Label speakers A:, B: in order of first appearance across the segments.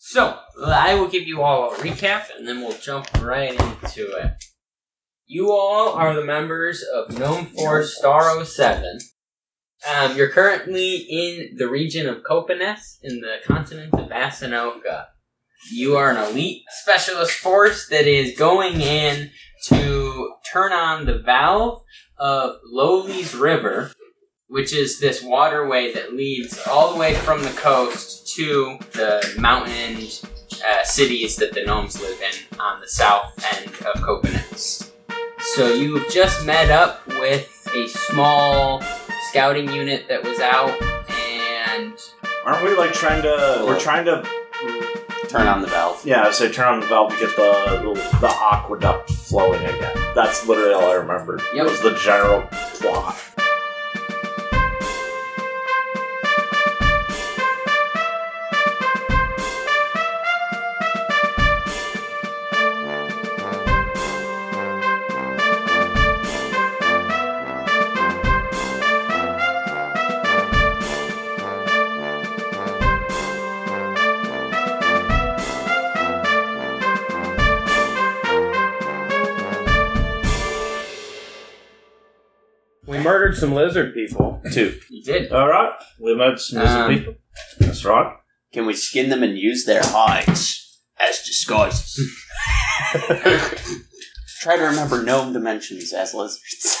A: So, I will give you all a recap and then we'll jump right into it. You all are the members of Gnome Force Star 07. Um, you're currently in the region of Copanes in the continent of Asanoka. You are an elite specialist force that is going in to turn on the valve of Lowly's River, which is this waterway that leads all the way from the coast to the mountain uh, cities that the gnomes live in on the south end of Copenhagen. So you've just met up with a small scouting unit that was out, and
B: Aren't we like trying to? We're trying to.
C: Turn on the valve.
B: Yeah, so turn on the valve to get the the aqueduct flowing again. That's literally all I remembered.
A: Yep.
B: Was the general plot.
D: We murdered some lizard people.
B: Two.
A: you did.
B: All right. We met some lizard
A: Um,
B: people. That's right.
C: Can we skin them and use their hides as disguises? Try to remember gnome dimensions as lizards.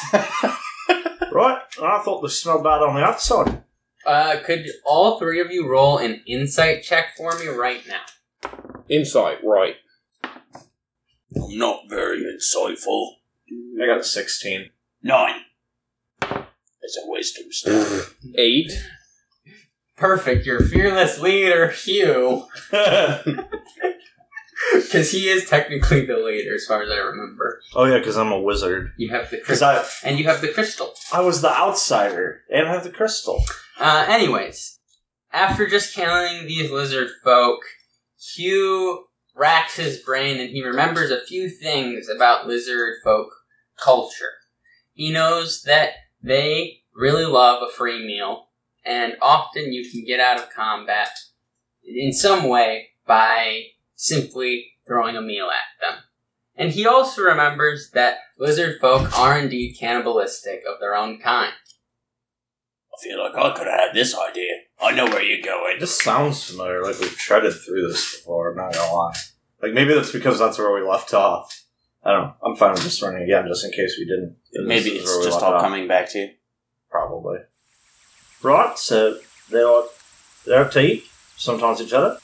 B: Right. I thought they smelled bad on the outside.
A: Uh, could all three of you roll an insight check for me right now?
D: Insight, right.
C: I'm not very insightful.
B: I got sixteen.
C: Nine. It's a wisdom star.
D: Eight.
A: Perfect. Your fearless leader, Hugh,
B: oh
A: because he is technically the leader, as far as I remember.
B: Oh, yeah, because I'm a wizard.
A: You have the
B: Because
A: crystal,
B: I
A: and you have the crystal.
B: I was the outsider and I have the crystal.
A: Uh, anyways, after just killing these lizard folk, Hugh racks his brain and he remembers a few things about lizard folk culture. He knows that they really love a free meal, and often you can get out of combat in some way by simply throwing a meal at them. And he also remembers that lizard folk are indeed cannibalistic of their own kind.
C: I feel like I could have had this idea. I know where you're going.
B: This sounds familiar. Like we've treaded through this before. I'm not gonna lie. Like maybe that's because that's where we left off. I don't. know. I'm fine with just running again, just in case we didn't. And this
C: Maybe
B: is
C: it's
B: where we
C: just
B: left
C: all
B: off,
C: coming back to you.
B: Probably. Right. So they are they're up to eat sometimes each other.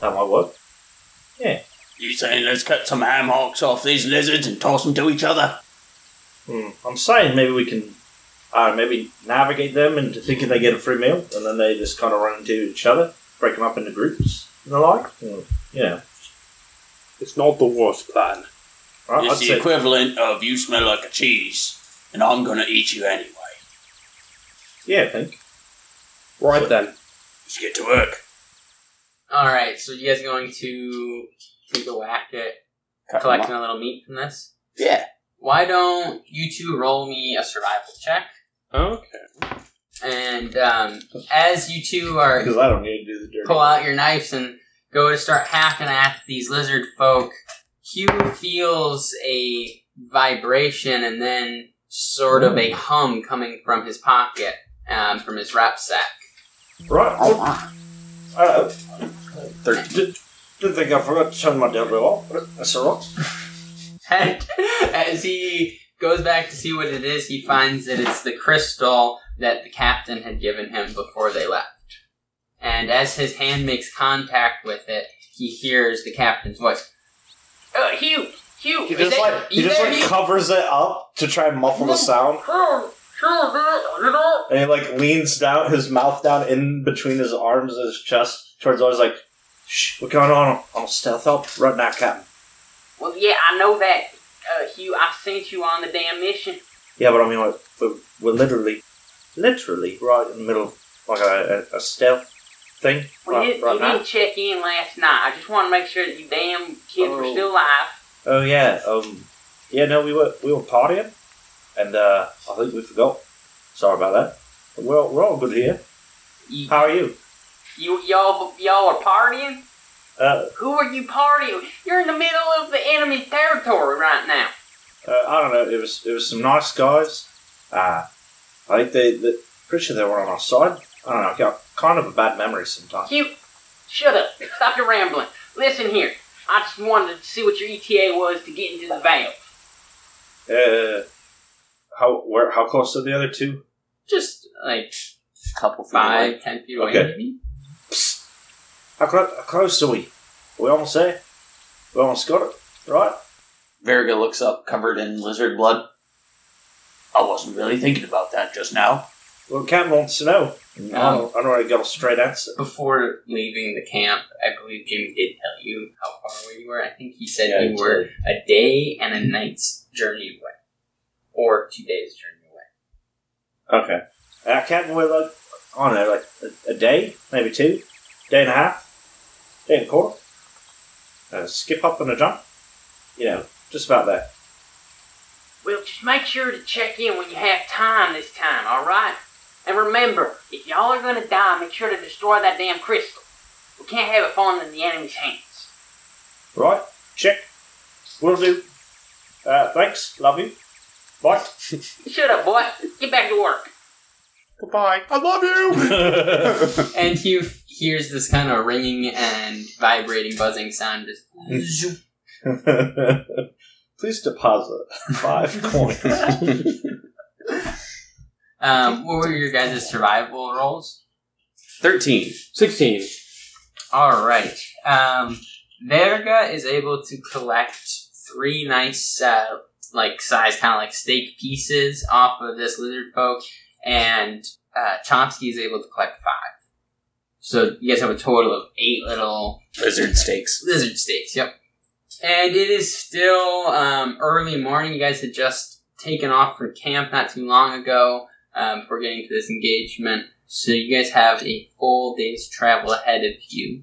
B: That might work.
C: You saying let's cut some ham hocks off these lizards and toss them to each other?
B: Hmm. I'm saying maybe we can. Uh, maybe navigate them into thinking they get a free meal, and then they just kind of run into each other, break them up into groups and the like. Hmm, And, you know,
D: It's not the worst plan.
B: I- Uh, I'd
C: it's the
B: say
C: equivalent of you smell like a cheese, and I'm gonna eat you anyway.
B: yeah. I think
D: Right then.
C: Let's get to work.
A: All right, so you guys are going to take a whack at
C: Cut 'em up.
A: collecting a little meat from this?
C: Yeah.
A: Why don't you two roll me a survival check?
D: Okay.
A: And um, as you two are
B: because I don't need to do the dirty.
A: pull out your knives and go to start hacking at these lizard folk, Hugh feels a vibration and then sort of a hum coming from his pocket, um, from his rucksack.
B: Right. Uh, did, did think I forgot to turn my dildo off, but that's alright.
A: And as he goes back to see what it is, he finds that it's the crystal that the captain had given him before they left. And as his hand makes contact with it, he hears the captain's voice. Uh, Hugh! Hugh!
B: He
A: is
B: just
A: that-
B: like he
A: is
B: just
A: that
B: like
A: you?
B: covers it up to try and muffle the sound, and he like leans down his mouth down in between his arms and his chest towards ours like, "Shh, what's going on? I'm stealth help right now, Captain."
A: Well, yeah, I know that. Uh, Hugh, I sent you on the damn mission.
B: Yeah, but I mean like we're, we're literally, literally right in the middle of like a, a, a stealth thing
E: Well,
B: right,
E: you,
B: right
E: you
B: now.
E: didn't check in last night. I just want to make sure that you damn kids were still alive.
B: Oh yeah, um, yeah. No, we were we were partying, and uh, I think we forgot. Sorry about that. But we're all- we're all good here.
A: You,
B: How are you?
E: You y'all y'all are partying.
B: Uh,
E: Who are you partying with? You're in the middle of the enemy territory right now.
B: uh, I don't know. It was it was some nice guys. Uh, I think they, they pretty sure they were on our side. I don't know. I got kind of a bad memory sometimes.
E: You shut up. Stop your rambling. Listen here. I just wanted to see what your ETA was to get into the valve.
B: Uh, how where how close are the other two?
A: Just like
F: Just a couple feet away.
A: five, ten feet away,
B: Okay.
A: maybe.
B: Psst. How, clo- how close are we? we almost there. We almost got it. Right.
F: Verga looks up, covered in lizard blood.
C: I wasn't really thinking about that just now.
B: Well, Cam wants to know.
A: Um,
B: I don't really got a straight answer.
A: before leaving the camp, I believe Jimmy did tell you how far away you were. I think he said
B: Yeah,
A: you
B: he
A: were a day and a night's journey away, or two days' journey away.
B: Okay. Uh, Cam, we're like, I don't know, like a, a day, maybe two, day and a half, day and a quarter. A skip up and a jump. You know, just about there.
E: Well, just make sure to check in when you have time this time, alright? And remember, if y'all are gonna die, make sure to destroy that damn crystal. We can't have it falling in the enemy's hands.
B: Right? Check. Will do. Uh, thanks. Love you. Bye.
E: Shut up, boy. Get back to work.
F: Goodbye.
C: I love you!
A: And he f- hears this kind of ringing and vibrating, buzzing sound. Just zoop.
B: Please deposit five coins.
A: um, what were your guys' survival rolls?
F: 13.
D: 16.
A: All right. Um, Verga is able to collect three nice, uh, like size kind of like steak pieces off of this lizard folk, and uh, Chomsky is able to collect five. So you guys have a total of eight little
F: Lizard steaks.
A: lizard steaks. Yep. And it is still um, early morning. You guys had just taken off from camp not too long ago um, before getting to this engagement. So you guys have a full day's travel ahead of you.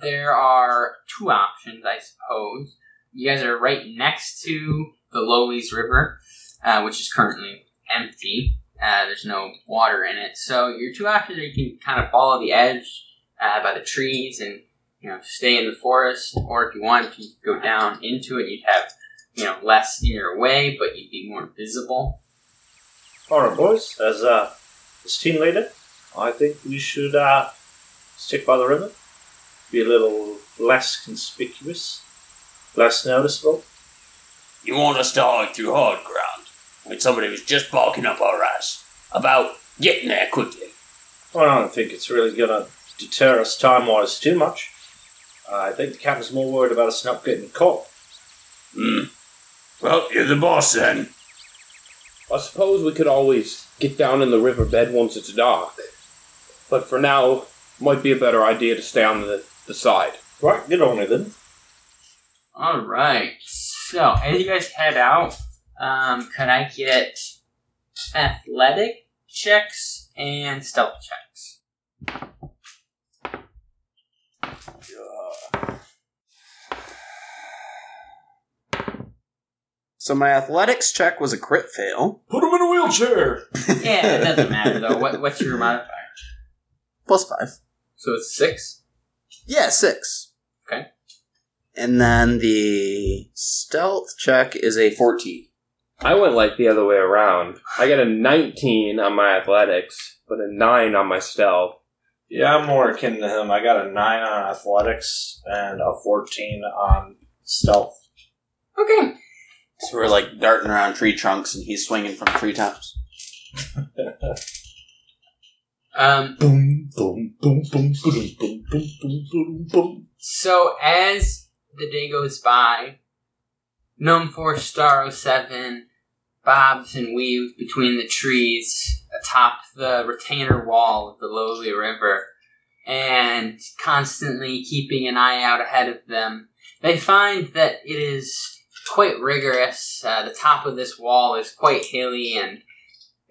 A: There are two options, I suppose. You guys are right next to the Lowlies River, uh, which is currently empty. Uh, there's no water in it. So your two options are you can kind of follow the edge uh, by the trees and you know, stay in the forest, or if you wanted to go down into it, you'd have, you know, less in your way, but you'd be more visible.
B: Alright, boys. As uh, as team leader, I think we should uh, stick by the river. Be a little less conspicuous, less noticeable.
C: You want us to hide through hard ground when somebody was just barking up our ass about getting there quickly.
B: Well, I don't think it's really going to deter us time wise too much. Uh, I think the captain's more worried about us not getting caught.
C: Hmm. Well, you're the boss then.
D: I suppose we could always get down in the riverbed once it's dark. But for now, might be a better idea to stay on the, the side.
B: Right, good on you then.
A: All right. So, as you guys head out, um, can I get athletic checks and stealth checks?
F: So my athletics check was a crit fail.
C: Put him in a wheelchair.
A: Yeah, it doesn't matter though. What, what's your modifier?
F: Plus five.
A: So it's six.
F: Yeah, six.
A: Okay.
F: And then the stealth check is a 14.
D: I went like the other way around. I got a 19 on my athletics, but a 9 on my stealth.
B: Yeah, I'm more akin to him. I got a 9 on athletics and a 14 on stealth.
A: Okay.
F: So we're like darting around tree trunks and he's swinging from treetops.
A: Um,
B: Boom, boom, boom, boom, boom, boom, boom, boom, boom, boom.
A: So as the day goes by, Gnome 4 Star 07 bobs and weaves between the trees atop the retainer wall of the lowly river, and constantly keeping an eye out ahead of them, they find that it is quite rigorous. Uh, the top of this wall is quite hilly, and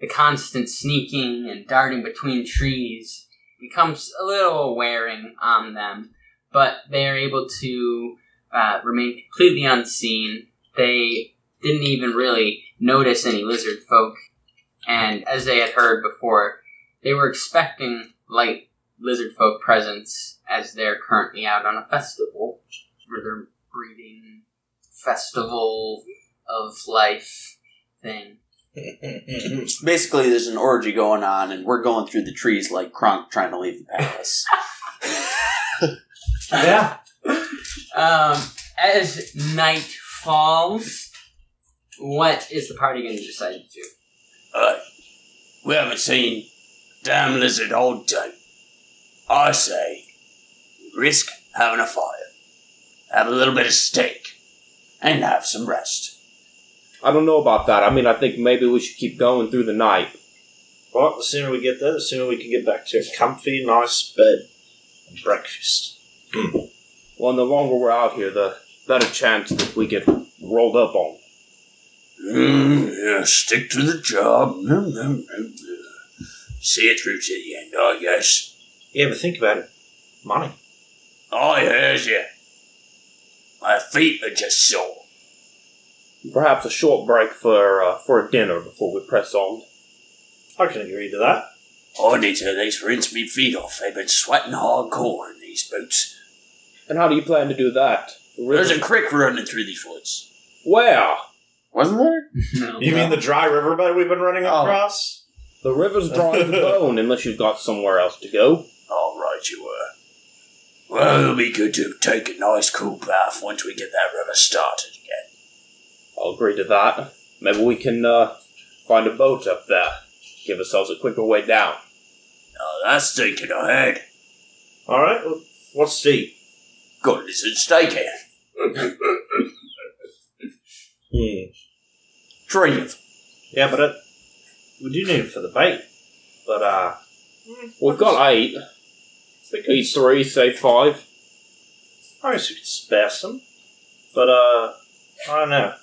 A: the constant sneaking and darting between trees becomes a little wearing on them but they are able to uh, remain completely unseen. They didn't even really notice any lizard folk, and as they had heard before, they were expecting light lizard folk presence as they're currently out on a festival where they're breeding festival of life thing.
F: Basically, there's an orgy going on, and we're going through the trees like Kronk trying to leave the palace.
B: yeah.
A: Um, as night falls, what is the party going to decide to do?
C: Uh, we haven't seen damn lizard all day. I say, risk having a fire, have a little bit of steak, and have some rest.
D: I don't know about that. I mean, I think maybe we should keep going through the night.
B: Well, the sooner we get there, the sooner we can get back to a comfy, nice bed and breakfast. Hmm.
D: Well, and the longer we're out here, the better chance that we get rolled up on.
C: Mm, yeah, stick to the job. Mm, mm, mm, mm. See it through to the end, I guess.
B: Yeah, but think about it. Money.
C: I hears you. My feet are just sore.
D: Perhaps a short break for uh, for a dinner before we press on.
B: I can agree to that.
C: I need to at least rinse me feet off. They've been sweating hardcore in these boots.
D: And how do you plan to do that?
C: There's a creek running through these woods.
D: Where?
F: Wasn't there?
A: No.
B: You mean the dry riverbed we've been running
F: Oh.
B: across?
D: The river's drawing the bone unless you've got somewhere else to go.
C: All Oh, right, you were. Well, it'll be good to take a nice cool bath once we get that river started again.
D: I'll agree to that. Maybe we can uh, find a boat up there. Give ourselves a quicker way down.
C: Now that's thinking ahead.
B: All right. Well, what's deep?
C: Got this at stake here.
B: Hmm.
C: Three of them.
B: Yeah, but it, we do need it for the bait. But uh,
D: We've got eight. Eat three, save five.
B: I guess we could spare some. But uh, I don't know.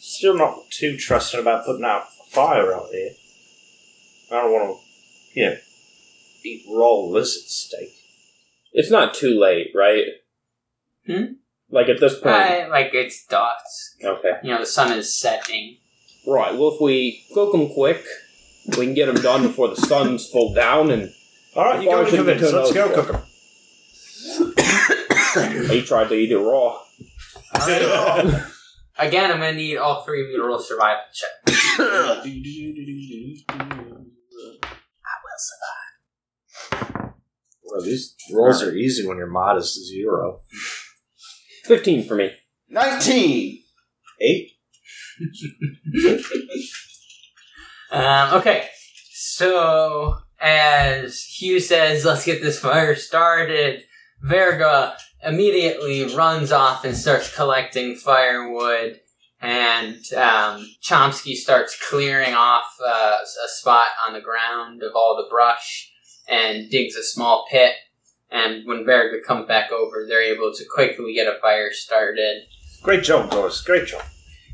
B: Still not too trusting about putting out a fire out here. I don't want to, you know, eat raw lizard steak.
D: It's not too late, right?
A: Hmm?
D: Like at this point.
A: Uh, like it's dots.
D: Okay.
A: You know, the sun is setting.
D: Right. Well, if we cook them quick, we can get them done before the sun's full down. And
B: All right, you got
D: Fire
B: me
D: should be
B: convinced.
D: turned
B: Let's
D: out
B: go
D: for.
B: cook them.
D: he tried to eat it raw.
A: Again, I'm going to need all three of you to roll a survival check.
B: Well, these rolls are easy when your mod is zero.
D: Fifteen for me.
F: Nineteen.
B: Eight?
A: Um, okay, so as Hugh says, let's get this fire started, Verga immediately runs off and starts collecting firewood, and um, Chomsky starts clearing off uh, a spot on the ground of all the brush and digs a small pit. And when Verga comes back over, they're able to quickly get a fire started.
B: Great job, Doris. Great job.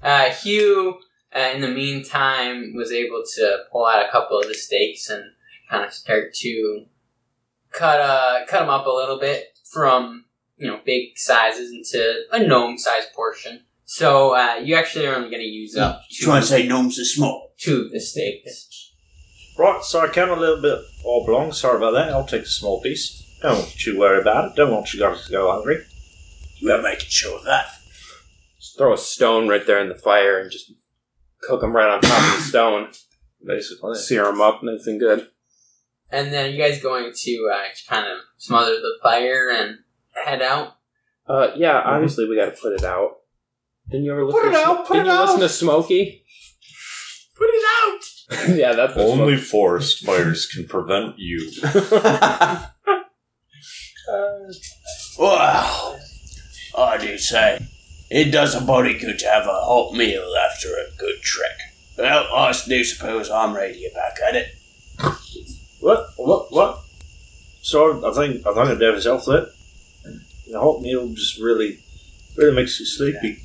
A: Uh, Hugh, uh, in the meantime, was able to pull out a couple of the steaks and kind of start to cut uh, cut them up a little bit from you know big sizes into a gnome size portion. So uh, you actually are only going to use up two,
C: Trying to say gnomes are small.
A: two of the steaks.
B: Right, so I count a little bit oblong. Sorry about that. I'll take a small piece. Don't want you to worry about it. Don't want you guys to go hungry.
C: You are making sure of that.
D: Just throw a stone right there in the fire and just cook them right on top of the stone.
B: Basically.
D: Sear them up, nice and good.
A: And then you guys going to uh, kind of smother the fire and head out.
D: Uh, yeah. Obviously, we got to put it out. Didn't you ever listen?
B: Mhm. Put it
D: to Smo-
B: out, put
D: Didn't
B: it
D: you listen
B: out.
D: to Smokey?
A: Put it out.
D: yeah, that's what
G: Only forest fires can prevent you.
C: Wow. I do say, it does a body good to have a hot meal after a good trek. Well, I do suppose I'm ready to get back at it.
B: What? What? What? So I think I think I did myself that. The hot meal just really, really makes you sleepy.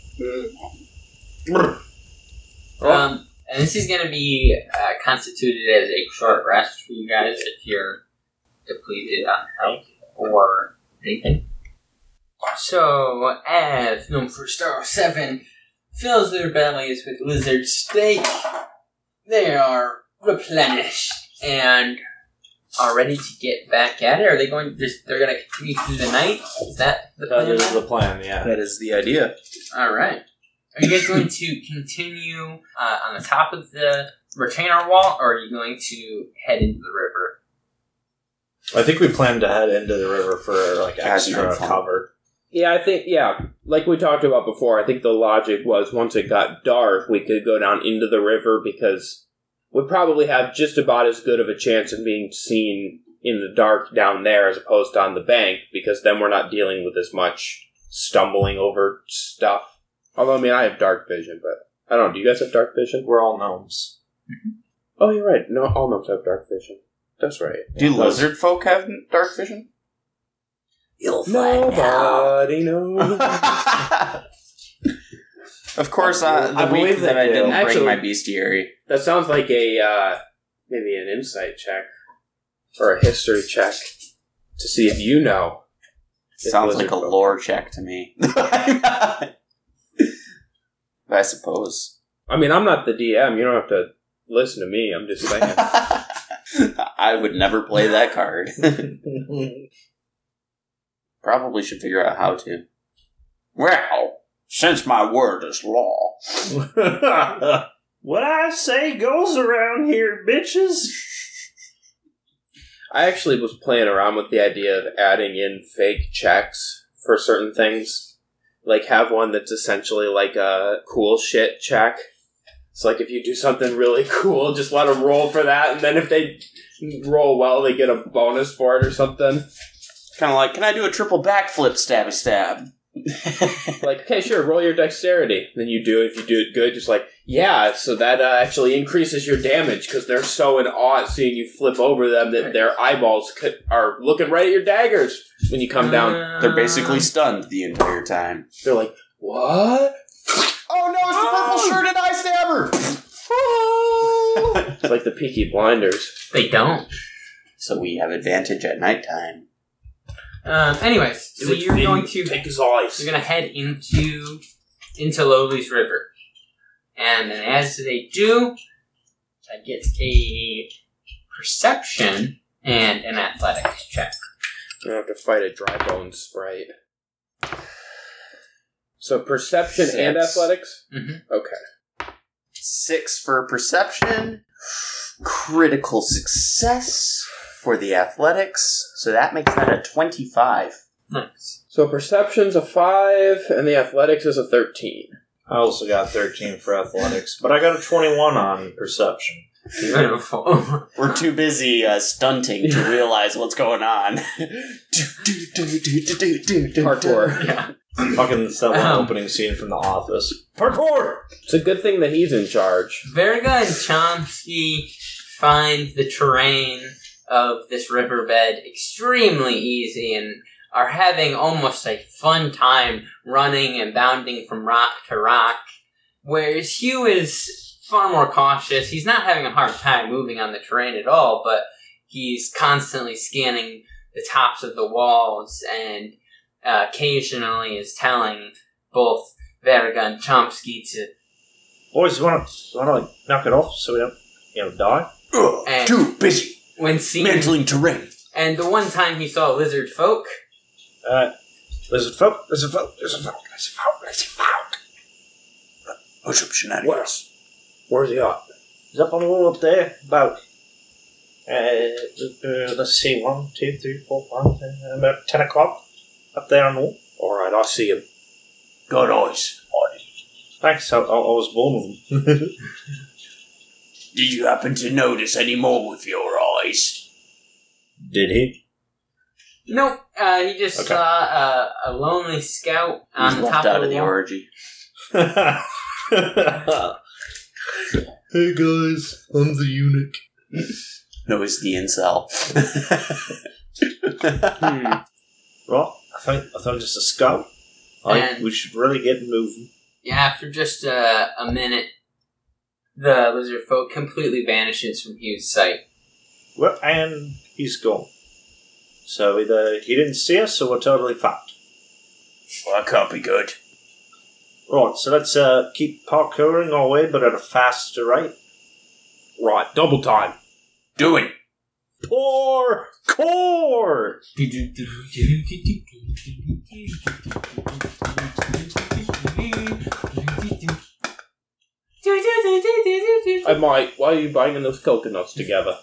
B: Brr.
A: Um, and this is going to be uh, constituted as a short rest for you guys if you're depleted on health or anything. So, as Gnome for Star 7 fills their bellies with lizard steak, they are replenished and already to get back at it? Are they going to just, they're going to continue through the night? Is that the
B: That
A: plan?
B: is the plan, yeah.
F: That is the idea.
A: All right. Are you guys going to continue uh, on the top of the retainer wall, or are you going to head into the river?
B: I think we planned to head into the river for like
F: Guys, you're
B: extra
F: fun.
B: cover.
D: Yeah, I think yeah, like we talked about before, I think the logic was once it got dark, we could go down into the river because we probably have just about as good of a chance of being seen in the dark down there as opposed to on the bank because then we're not dealing with as much stumbling over stuff. Although I mean, I have dark vision, but I don't. know, Do you guys have dark vision?
B: We're all gnomes.
D: Oh, you're right. No, all gnomes have dark vision. That's right.
F: Do
B: Yeah, those-
F: lizard folk have dark vision? You'll
D: Nobody knows.
F: of course, uh, the
B: I
F: week
B: believe
F: that
B: they
F: I
B: do.
F: didn't
D: Actually-
F: bring my bestiary.
D: That sounds like a uh, maybe an insight check or a history check to see if you know. If
F: Sounds
D: lizard
F: like a
D: folk-
F: lore check to me. I suppose.
D: I mean, I'm not the DM. You don't have to listen to me. I'm just saying.
F: I would never play that card. Probably should figure out how to. Well, since my word is law,
B: what I say goes around here, bitches.
D: I actually was playing around with the idea of adding in fake checks for certain things. Like have one that's essentially like a cool shit check. It's like if you do something really cool, just let them roll for that, and then if they roll well, they get a bonus for it or something.
F: kind of like, can I do a triple backflip stabby stab?
D: like, okay, sure, roll your dexterity. Then you do. If you do it good, just like, yeah, so that uh, actually increases your damage because they're so in awe at seeing you flip over them that their eyeballs could, are looking right at your daggers when you
A: Uh.
D: come down.
F: They're basically stunned the entire time.
D: They're like, what?
F: Oh no, it's the purple shirted eye stabber!
D: It's like the Peaky Blinders.
A: They don't.
F: so we have advantage at nighttime.
A: Um, anyways, so you're going to
D: take his eyes.
A: you're going to head into into Lowly's River, and then as they do, I get a perception and an athletics check.
D: You don't have to fight a dry bone sprite. So perception and
F: Six.
D: athletics.
A: Mhm.
D: Okay.
F: Six for perception, critical success for the athletics, so that makes that a 25.
A: Nice.
D: So perception's a five, and the athletics is a thirteen.
B: I also got 13 for athletics, but I got a 21 on perception.
A: Beautiful.
F: We're too busy uh, stunting to realize what's going on.
D: Parkour.
A: yeah.
B: Fucking it's that one
A: Um.
B: opening scene from The Office. Parkour!
D: It's a good thing that he's in charge.
A: Verga and Chomsky find the terrain of this riverbed extremely easy and are having almost a fun time running and bounding from rock to rock. Whereas Hugh is far more cautious. He's not having a hard time moving on the terrain at all, but he's constantly scanning the tops of the walls and uh, occasionally is telling both Verga and Chomsky to
B: Boys, you wanna, you wanna like, knock it off so we don't, you know, die?
A: And-
C: too busy
A: when seen
C: mantling terrain.
A: And the one time he saw lizard folk,
B: Uh, there's a folk, there's a folk, there's a folk, there's a folk, there's a folk.
C: Push up shenanigans.
D: Where's Where's he at?
B: He's up on the wall up there, about, uh, uh, let's see, one, two, three, four, five, uh, about 10 o'clock up there on the wall.
D: All right, I see him.
C: Good eyes.
B: Thanks, I, I, I was born with them.
C: Did you happen to notice any more with your eyes?
B: Did he?
A: nope, uh, he just
B: Okay.
A: saw a, a lonely scout on
F: He's
A: the top
F: left out
A: of
F: of the
A: wall.
F: orgy.
B: hey guys, I'm the eunuch.
F: No, it's the incel.
B: Right, I think I think just a scout. I think
A: And-
B: we should really get moving.
A: Yeah, after just a, a minute, the lizard folk completely vanishes from Hugh's sight.
B: Well, and he's gone. So either he didn't see us, or we're totally fucked.
C: Well, that can't be good.
B: Right, so let's uh, keep parkouring our way, but at a faster rate.
D: Right, double time.
C: Doing.
B: poor core.
D: I might. Why are you banging those coconuts together?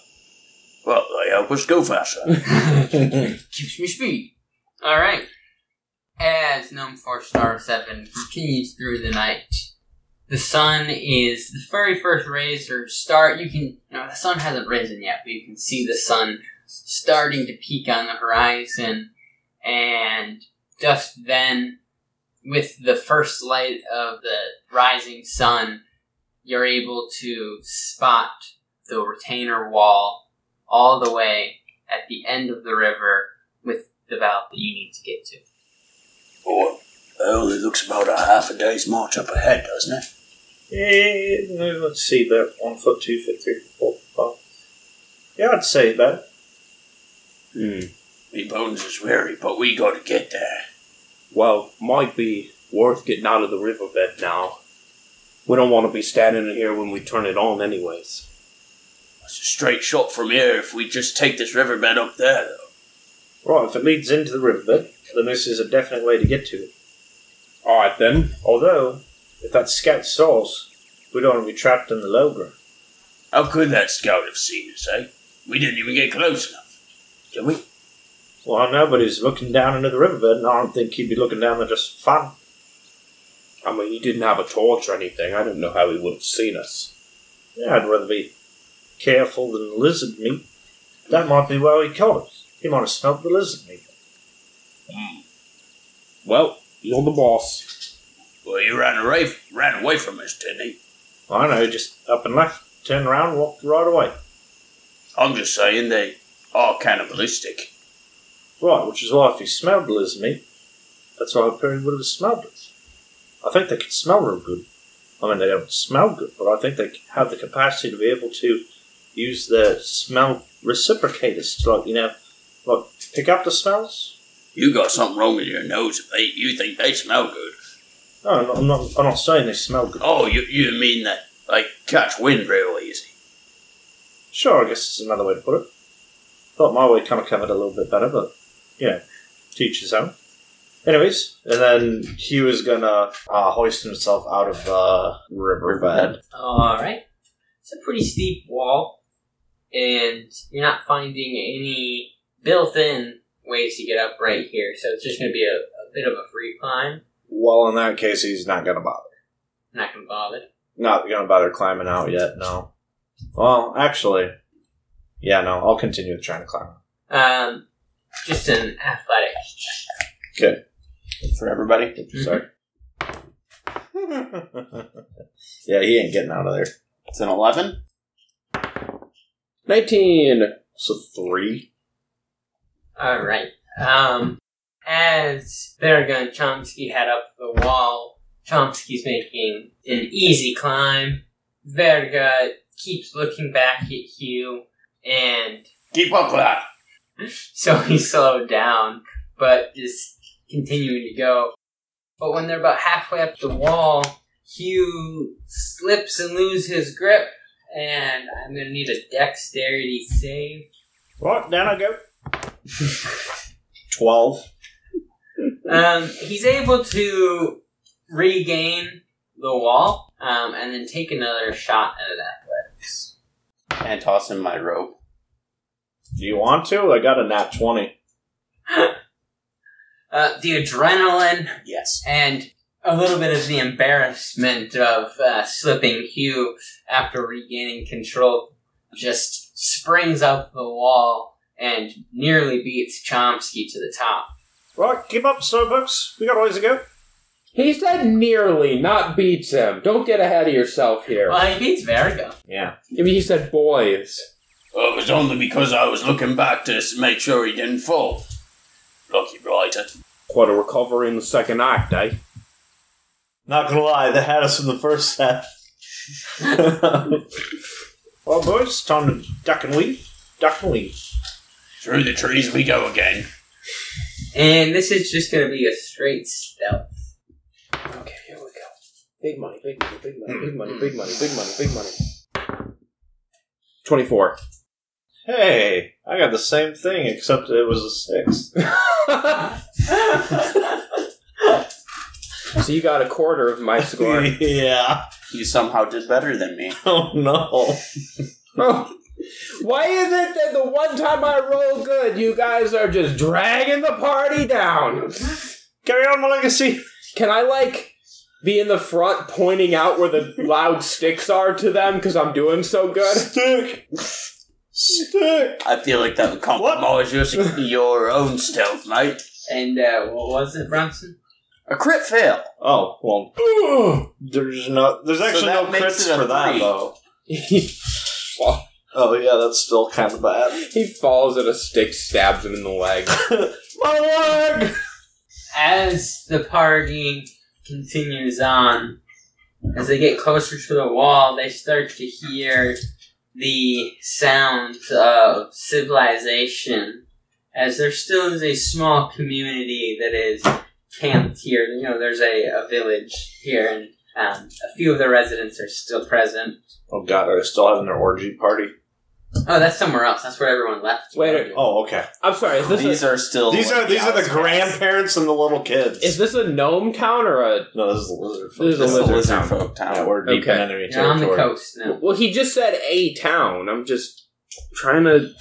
C: Well, they help us go faster.
A: Keeps me speed. All right. As Gnome Four Star Seven continues through the night, the sun is the very first rays or start. You can no, the sun hasn't risen yet, but you can see the sun starting to peak on the horizon, and just then, with the first light of the rising sun, you're able to spot the retainer wall all the way at the end of the river with the valve that you need to get to.
C: Boy, well, it looks about a half a day's march up ahead, doesn't it?
B: Eh, no, let's see that. One foot, two foot, three foot, four foot, five. Yeah, I'd say that.
C: Me bones is weary, but we gotta get there.
D: Well, might be worth getting out of the riverbed now. We don't want to be standing in here when we turn it on, anyways.
C: It's a straight shot from here if we just take this riverbed up there, though.
B: Right, if it leads into the riverbed, then this is a definite way to get to it.
D: All right then.
B: Although, if that scout saw us, we don't want to be trapped in the low ground.
C: How could that scout have seen us, eh? We didn't even get close enough, did we?
B: Well, I know, but he's looking down into the riverbed, and I don't think he'd be looking down there just for fun.
D: I mean, he didn't have a torch or anything. I don't know how he would have seen us.
B: Yeah, I'd rather be careful than lizard meat. That might be where he caught us. He might have smelled the lizard meat.
D: Well, you're the boss.
C: Well, he ran away, ran away from us, didn't he?
B: I know, he just up and left, turned around, walked right away.
C: I'm just saying they are cannibalistic.
B: Right, which is why if he smelled the lizard meat, that's why I probably would have smelled it. I think they could smell real good. I mean, they don't smell good, but I think they have the capacity to be able to use their smell reciprocators to, like, you know, like pick up the smells.
C: You got something wrong with your nose if they, you think they smell good.
B: No, I'm not, I'm not, I'm not saying they smell good.
C: Oh, you, you mean that they catch wind real easy.
B: Sure, I guess it's another way to put it. Thought my way kind of covered a little bit better, but you know, teach his own. Anyways, and then Hugh is gonna uh, hoist himself out of uh, the riverbed.
A: All right. It's a pretty steep wall, and you're not finding any built-in ways to get up right here. So it's just going to be a, a bit of a free climb.
B: Well, in that case, he's not gonna bother.
A: Not going to bother.
B: Not gonna bother climbing out yet. No. Well, actually, yeah, no. I'll continue trying to climb.
A: Um, just an athletic.
F: for everybody.
A: Mm-hmm.
B: Sorry. yeah, he ain't getting out of there.
F: It's an 11.
D: Nineteen.
B: So three.
A: All right. Um, as Berrigan and Chomsky head up the wall, Chomsky's making an easy climb. Verga keeps looking back at Hugh, and
C: Keep up with that.
A: so he slowed down, but just continuing to go. But when they're about halfway up the wall, Hugh slips and loses his grip, and I'm gonna need a dexterity save.
B: Right down I go. Twelve.
A: Um, he's able to regain the wall, um, and then take another shot at that.
F: And toss him my rope.
B: Do you want to? I got a nat 20.
A: Uh, the adrenaline
F: Yes.
A: and a little bit of the embarrassment of uh, slipping Hugh after regaining control just springs up the wall and nearly beats Chomsky to the top.
B: Right, keep up, Starbucks. We got a ways to go.
D: He said nearly, not beats him. Don't get ahead of yourself here. I
A: Well, he beats Vertigo.
B: Yeah.
D: mean, he said boys.
C: Well, it was only because I was looking back to s- make sure he didn't fall. Lucky blighter.
D: Quite a recovery in the second act, eh?
B: Not gonna lie, they had us from the first half. well, boys, time to duck and weave. Duck and weave.
C: Through the trees we go again.
A: And this is just going to be a straight stealth.
D: Okay, here we go. Big money, big money, big money, big money, big money, big money, big money. Twenty-four.
B: Hey, I got the same thing except it was a six.
D: So you got a quarter of my score.
B: yeah.
F: You somehow did better than me.
B: Oh no.
D: Oh. Why is it that the one time I roll good, you guys are just dragging the party down?
B: Carry on my legacy.
D: Can I like be in the front pointing out where the loud sticks are to them because I'm doing so good?
B: Stick. Stick.
F: I feel like that would compromise your, your own stealth, mate.
A: And uh, what was it, Brunson?
F: A crit fail.
B: Oh well. There's no. There's
F: So
B: actually
F: that
B: no
F: makes
B: crits
F: it a
B: for that
F: three.
B: though.
D: he
B: Oh yeah, that's still kind of bad.
D: falls and a stick stabs him in the leg.
B: My leg.
A: As the party continues on, as they get closer to the wall, they start to hear the sounds of civilization. As there still is a small community that is camped here, you know, there's a, a village here, and um, a few of the residents are still present.
B: Oh god, are they still having their orgy party?
A: Oh, that's somewhere else. That's where everyone left.
D: Wait,
B: Oh okay.
D: I'm sorry. Is this
F: These
D: a,
F: are still.
B: These
F: like
B: are these are the
F: outskirts.
B: grandparents and the little kids.
D: is this a gnome town or a?
B: no, this is the lizard.
D: This is a
F: It's
D: lizard
F: the lizard
D: town.
F: folk
B: Yeah,
F: town.
B: we're deep in
D: Okay.
B: enemy
A: You're on
B: territory.
A: the coast now.
D: Well, he just said a town. I'm just trying to.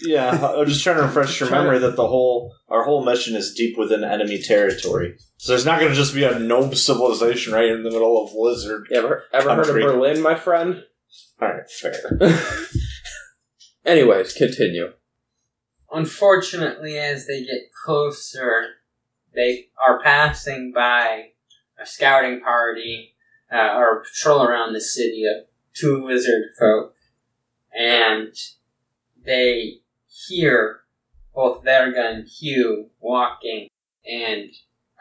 B: Yeah, I'm just trying to refresh your
D: Trying
B: memory that the whole our whole mission is deep within enemy territory. So there's not going to just be a gnome civilization right in the middle of lizard.
D: You ever ever heard of
B: Country.
D: Berlin, my friend?
B: All right, fair.
D: Anyways, continue.
A: Unfortunately, as they get closer, they are passing by a scouting party uh, or a patrol around the city of two lizard folk, and they hear both Verga and Hugh walking and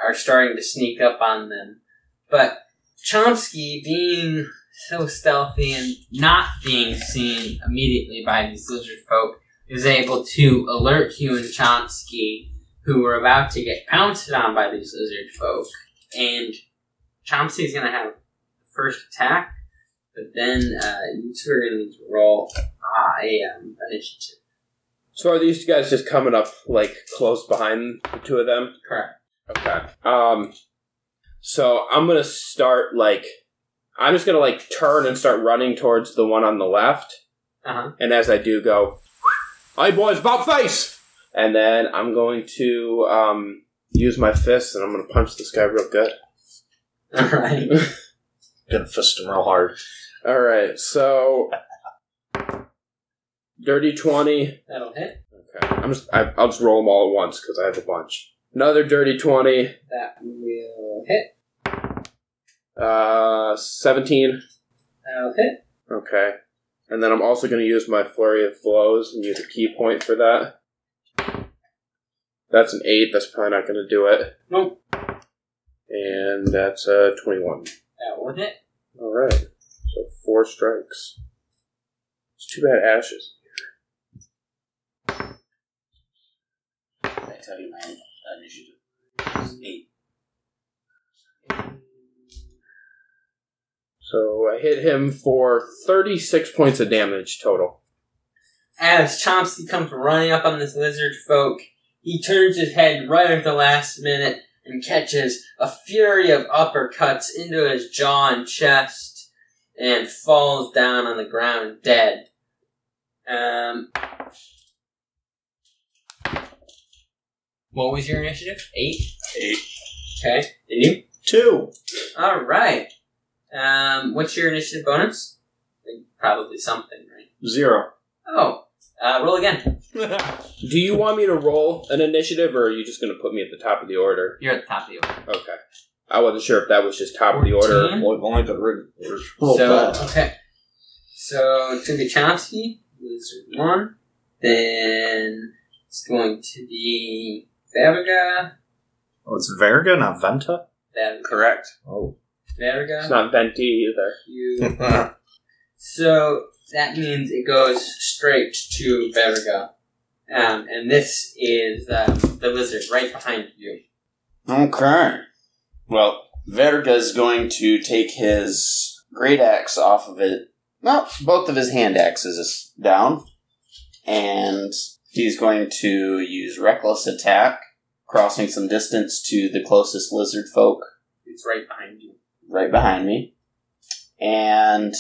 A: are starting to sneak up on them. But Chomsky, being so stealthy and not being seen immediately by these lizard folk, is able to alert Hugh and Chomsky, who were about to get pounced on by these lizard folk. And Chomsky's gonna have the first attack, but then uh, you two are gonna need to roll uh, a um, initiative.
D: So are these guys just coming up like close behind the two of them?
A: Correct.
D: Okay. Um. So I'm gonna start like I'm just gonna like turn and start running towards the one on the left,
A: Uh huh.
D: and as I do, go, "Hey boys, about face!" And then I'm going to um use my fist, and I'm gonna punch this guy real good.
A: All right.
B: Gonna fist him real hard.
D: All right. So dirty twenty.
A: That'll hit.
D: Okay. I'm just I, I'll just roll them all at once because I have a bunch. Another dirty twenty.
A: That will hit.
D: Uh, seventeen.
A: That'll hit.
D: Okay. And then I'm also going to use my flurry of blows and use a key point for that. That's an eight. That's probably not going to do it.
A: Nope.
D: And that's a twenty-one.
A: That will hit.
D: All right. So four strikes. It's too bad ashes.
F: I tell you, my initiative is eight.
D: So I hit him for thirty-six points of damage total.
A: As Chomsky comes running up on this lizard folk, he turns his head right at the last minute and catches a fury of uppercuts into his jaw and chest and falls down on the ground dead. Um, what was your initiative? Eight?
F: Eight.
A: Okay. And you?
B: Two.
A: Alright. Um, what's your initiative bonus? Probably something, right?
B: Zero.
A: Oh, uh, roll again.
D: Do you want me to roll an initiative, or are you just going to put me at the top of the order?
A: You're at the top of the order.
D: Okay. I wasn't sure if that was just top of the order.
A: 14?
B: Well, we've only got rid of
D: Oh,
A: so okay. So Tugachansky, lizard one. Then it's going to be Verga.
B: Oh, it's Verga, not Venta?
A: Verga.
F: Correct.
B: Oh.
D: It's
A: Verga.
D: not venti either.
A: You. So that means it goes straight to Verga. Um, and this is um, the lizard right behind you.
F: Okay. Well, Verga is going to take his great axe off of it. Well, both of his hand axes is down. and he's going to use reckless attack, crossing some distance to the closest lizard folk
E: It's right behind you.
F: right behind me, and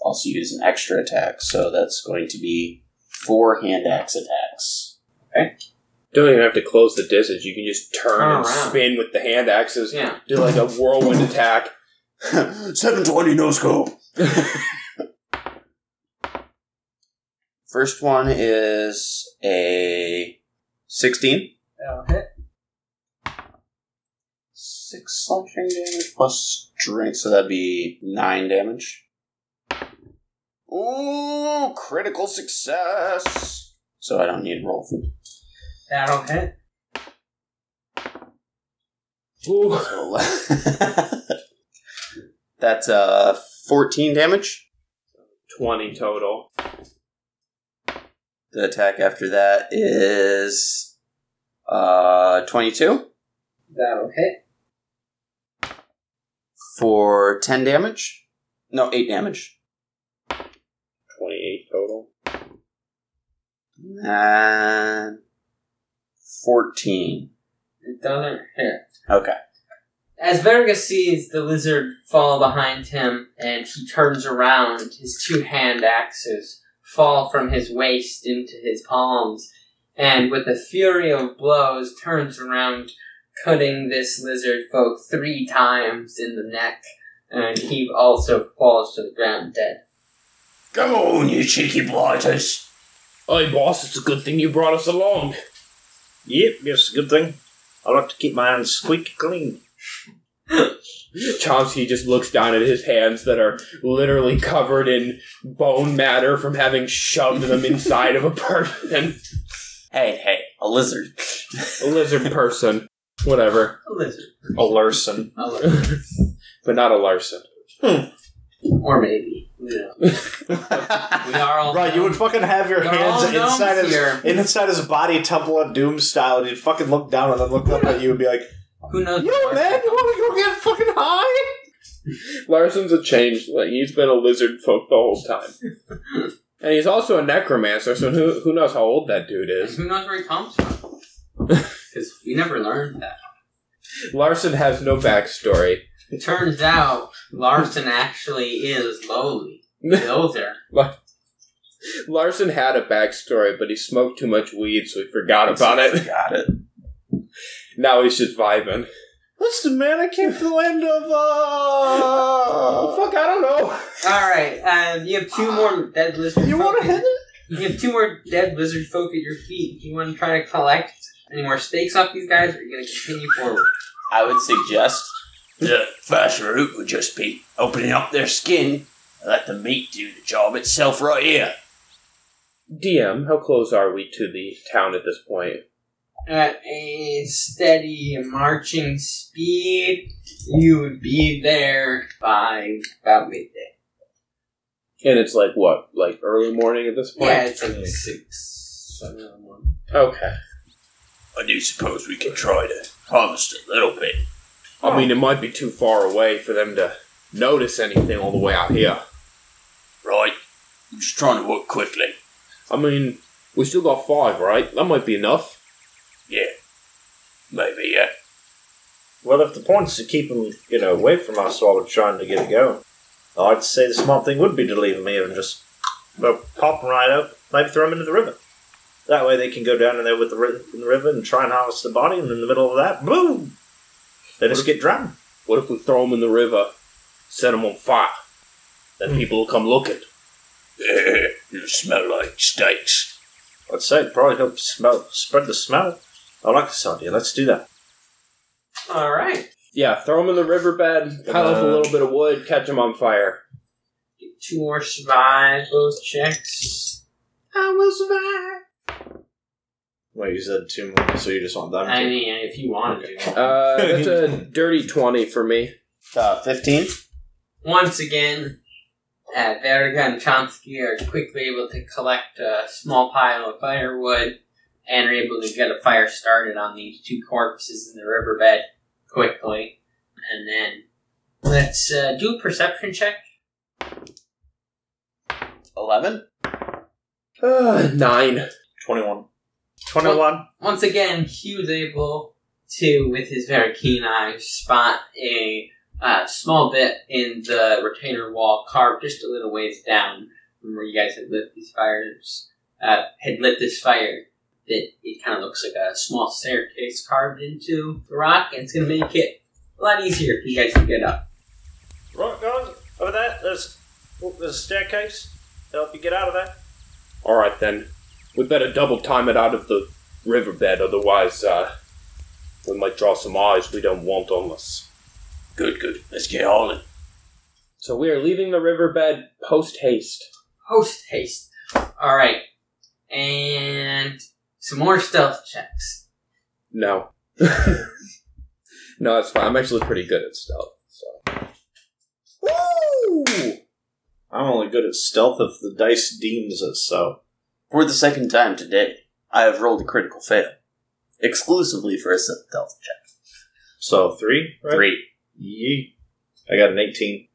F: also use an extra attack. So that's going to be four hand axe attacks.
D: Don't even have to close the distance. You can just turn,
A: Turn
D: and
A: around.
D: spin with the hand axes.
A: Yeah.
D: Do like a whirlwind attack.
F: Seven twenty no scope. First one is a sixteen.
E: That'll hit.
F: Six slashing damage plus strength, so that'd be nine damage. Ooh, critical success! So I don't need to roll for
E: That'll hit.
D: Ooh.
F: That's uh 14 damage.
D: 20 total.
F: The attack after that is uh 22
E: That'll hit.
F: for 10 damage. No, 8 damage.
D: 28 total.
F: And 14.
A: It doesn't hit.
F: Okay.
A: As Verga sees the lizard fall behind him and he turns around, his two hand axes fall from his waist into his palms, and with a fury of blows turns around, cutting this lizard folk three times in the neck, and he also falls to the ground dead.
C: Come on, you cheeky blighters.
D: Hey, boss, it's a good thing you brought us along.
B: Yep, yes, good thing. I like to keep my hands squeaky clean.
D: Chomsky just looks down at his hands that are literally covered in bone matter from having shoved them inside of a person.
F: Hey, hey, a lizard.
D: A lizard person. Whatever.
A: A lizard.
B: A Larson.
A: A lizard.
D: but not a Larson.
A: Or maybe. You know. We are all.
B: Right, you would fucking have your
A: They're
B: hands
A: all gnomes
B: inside his
A: here.
B: inside his body, Temple of Doom style, and he'd fucking look down and then look up at you and be like,
A: Who knows?
B: "Yo, man, you want to go get fucking high?"
D: Larson's a changeling. He's been a lizard folk the whole time. And he's also a necromancer, so who, who knows how old that dude
A: And
D: is.
A: who knows where he comes from? Because we never learned that.
D: Larson has no backstory.
A: It turns out Larson actually is lowly. Builder.
D: Larson had a backstory, but he smoked too much weed, so he forgot about it.
F: Got it.
D: Now he's just vibing.
B: Listen, man, I came from the land of uh.
D: fuck, I don't know.
A: Alright, um, you have two more dead lizard
B: You
A: folk
B: want to hit
A: at-
B: it?
A: You have two more dead lizard folk at your feet. Do you want to try to collect any more stakes off these guys, or are you going to continue forward?
F: I would suggest
C: The first route would just be opening up their skin and let the meat do the job itself right here.
D: DM, how close are we to the town at this point?
A: At a steady marching speed, you would be there by about midday.
D: And it's like what, like early morning at this point?
A: Yeah, it's like six, seven in the morning.
D: Okay.
C: I do suppose we could try to harvest a little bit.
D: I mean, it might be too far away for them to notice anything all the way out here.
C: Right. I'm just trying to work quickly.
D: I mean, we still got five, right? That might be enough.
C: Yeah. Maybe, yeah.
B: Well, if the point's to keep him, you know, away from us while we're trying to get it going, I'd say the smart thing would be to leave him here and just well, pop him right up, maybe throw him into the river. That way they can go down in there with the, ri- in the river and try and harvest the body, and in the middle of that, boom! They just get drowned.
D: What if we throw them in the river, set them on fire? Then people will come looking.
C: It'll smell like steaks.
B: I'd say it probably help smell, spread the smell. I like this idea. Let's do that.
A: Alright.
D: Yeah, throw them in the riverbed, pile up a little bit of wood, catch them on fire.
A: Two more survival checks.
B: I will survive. Wait, you said two more, so you just want them
A: I mean, if you wanted to.
D: Uh, that's a dirty 20 for me.
F: uh, 15.
A: Once again, uh, Verga and Chomsky are quickly able to collect a small pile of firewood and are able to get a fire started on these two corpses in the riverbed quickly. And then let's uh, do a perception check.
F: 11.
D: Ah, nine.
B: 21. 21.
A: Once again, he was able to, with his very keen eye, spot a uh, small bit in the retainer wall carved just a little ways down from where you guys had lit these fires, uh, had lit this fire. That it kind of looks like a small staircase carved into the rock, and it's going to make it a lot easier for you guys to get up.
B: Right, guys, over there, there's, oh, there's a staircase to help you get out of there.
D: All right then, we better double time it out of the riverbed, otherwise uh, we might draw some eyes we don't want on us.
C: Good, good. Let's get on it.
D: So we are leaving the riverbed post haste.
A: Post haste. All right, and some more stealth checks.
D: No, no, it's fine. I'm actually pretty good at stealth. So, woo!
B: I'm only good at stealth if the dice deems us so.
F: For the second time today, I have rolled a critical fail, exclusively for a stealth check.
B: So, three, right?
F: Three.
B: Yee. I got an 18.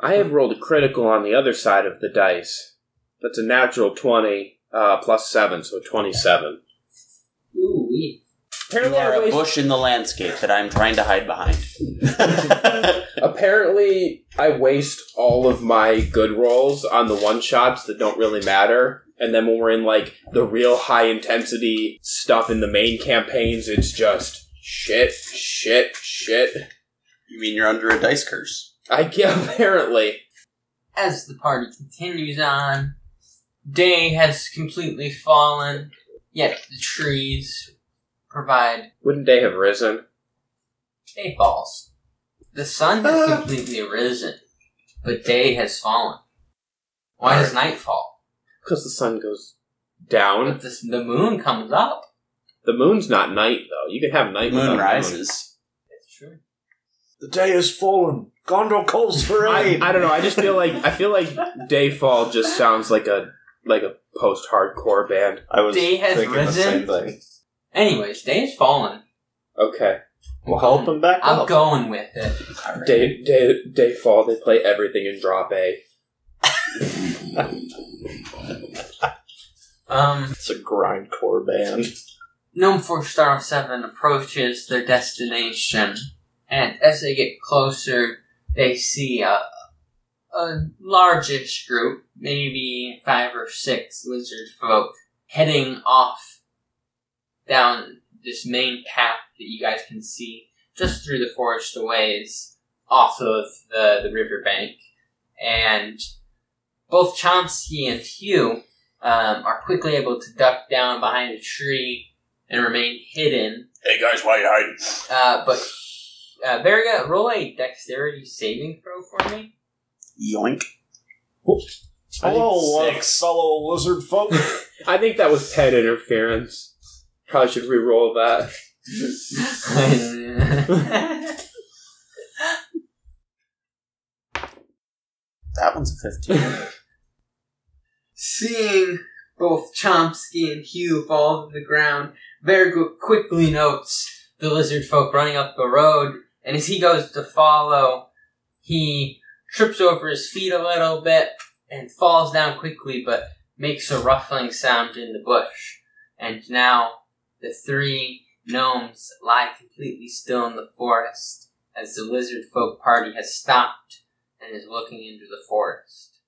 D: I have rolled a critical on the other side of the dice. That's a natural 20 uh, plus 7, so 27.
A: Ooh, wee.
F: You
D: Apparently,
F: are
D: I
F: a
D: waste-
F: bush in the landscape that I'm trying to hide behind.
D: apparently I waste all of my good rolls on the one shots that don't really matter. And then when we're in like the real high intensity stuff in the main campaigns, it's just shit, shit, shit.
F: you mean you're under a dice curse?
D: I get apparently.
A: as the party continues on, day has completely fallen, yet the trees provide
D: Wouldn't they have risen?
A: day falls. The sun has
D: Ah.
A: completely risen, but day has fallen. Why does night fall?
D: Because the sun goes down.
A: But this, the moon comes up.
D: The moon's not night though. You can have night. without
F: Moon
D: moon.
F: rises.
A: That's true.
B: The day has fallen. Gondor calls for
D: I, I don't know. I just feel like I feel like Dayfall just sounds like a like a post hardcore band.
G: I was
A: Day has
G: thinking the
A: risen.
G: same thing.
A: Anyways, day has fallen.
D: Okay.
B: We'll help him back
A: I'm
B: up.
A: going with it.
D: Day day Dayfall. They play everything in drop A.
A: Um,
B: it's a grindcore band.
A: Gnome 4 Star 7 approaches their destination, and as they get closer, they see a, a largish group, maybe five or six lizard folk, heading off down this main path that you guys can see just through the forest a ways off of the, the riverbank. And both Chomsky and Hugh um, are quickly able to duck down behind a tree and remain hidden.
C: Hey guys, why you hiding?
A: Uh, but uh, Verga, roll a dexterity saving throw for me.
F: Yoink.
B: Hello, uh, fellow lizard folk.
D: I think that was pet interference. Probably should re-roll that.
F: That one's a 15.
A: Seeing both Chomsky and Hugh fall to the ground, Verga quickly notes the lizard folk running up the road, and as he goes to follow, he trips over his feet a little bit and falls down quickly, but makes a ruffling sound in the bush. And now the three gnomes lie completely still in the forest as the lizard folk party has stopped and is looking into the forest.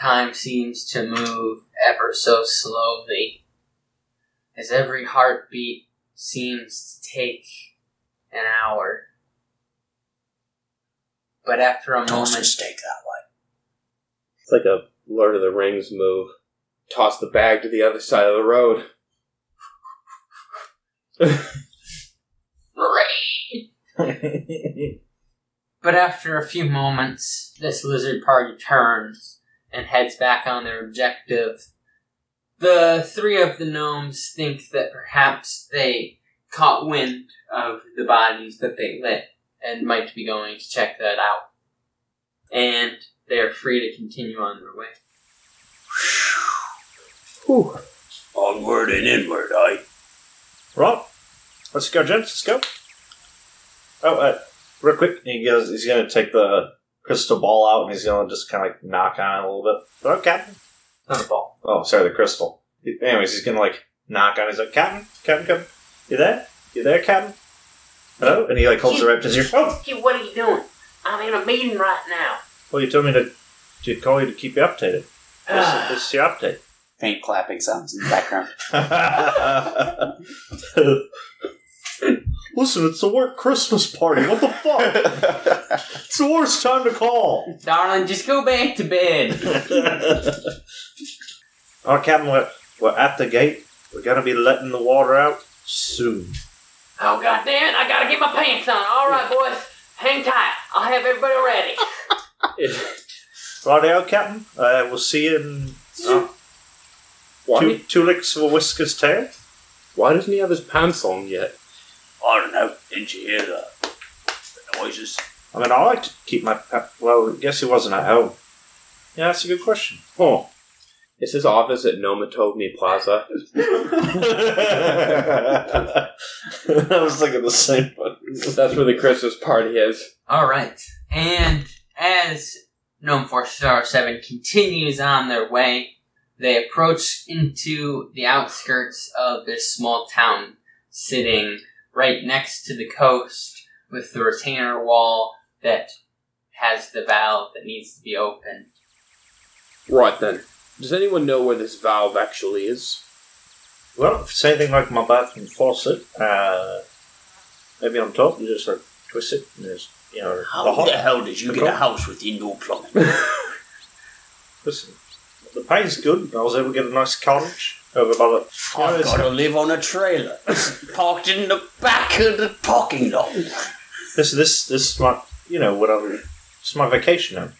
A: Time seems to move ever so slowly as every heartbeat seems to take an hour. But after a
C: Don't
A: moment,
C: mistake that one.
D: It's like a Lord of the Rings move. Toss the bag to the other side of the road.
A: But after a few moments, this lizard party turns and heads back on their objective. The three of the gnomes think that perhaps they caught wind of the bodies that they lit and might be going to check that out. And they are free to continue on their way.
C: Onward and inward, aye.
B: Right. Let's go, gents. Let's go. Oh, uh, real quick. He goes, he's going to take the crystal ball out and he's gonna just kind of like knock on it a little bit. Hello, Oh, Captain. Not a ball. Oh, sorry, the crystal. He- Anyways, he's gonna like knock on. it. He's like, Captain, Captain, Captain, you there? You there, Captain? Hello. And he like holds it right up to his ear. Oh,
E: Hey, what are you doing? I'm in a meeting right now.
B: well, you told me to to call you to keep you updated. This, this is your update.
F: Faint clapping sounds in the background.
B: Listen, it's the work Christmas party. What the fuck? It's the worst time to call.
A: Darling, just go back to bed.
B: Our Oh, captain, we're, we're at the gate. We're gonna be letting the water out soon.
E: Oh god damn it, I gotta get my pants on. Alright boys, hang tight. I'll have everybody ready.
B: Right out, captain. Uh, we'll see you in uh, two,
D: Why,
B: two licks of a whisker's tail.
D: why doesn't he have his pants on yet?
C: I don't know. Didn't you hear the, the noises?
B: I mean, I like to keep my. pa- Well, I guess he wasn't at home. Yeah, that's a good question.
D: Huh. Is his office at Nomotobni Plaza?
B: I was thinking the same one.
D: That's where the Christmas party is.
A: Alright. And as Gnome Force Star 7 continues on their way, they approach into the outskirts of this small town, sitting right next to the coast with the retainer wall that has the valve that needs to be opened.
D: Right then. Does anyone know where this valve actually is?
B: Well, if it's anything like my bathroom faucet, uh, maybe on top you just like twist it and there's you know
C: How
B: the
C: the,
B: hot
C: hell did you
B: the
C: get a
B: hot-
C: house with indoor plumbing?
B: listen. The pay's good. I was able to get a nice cottage over by the. Yeah,
C: I've
B: it's-
C: got to live on a trailer. It's parked in the back of the parking lot.
B: This this this is my you know what I'm. It's my vacation home.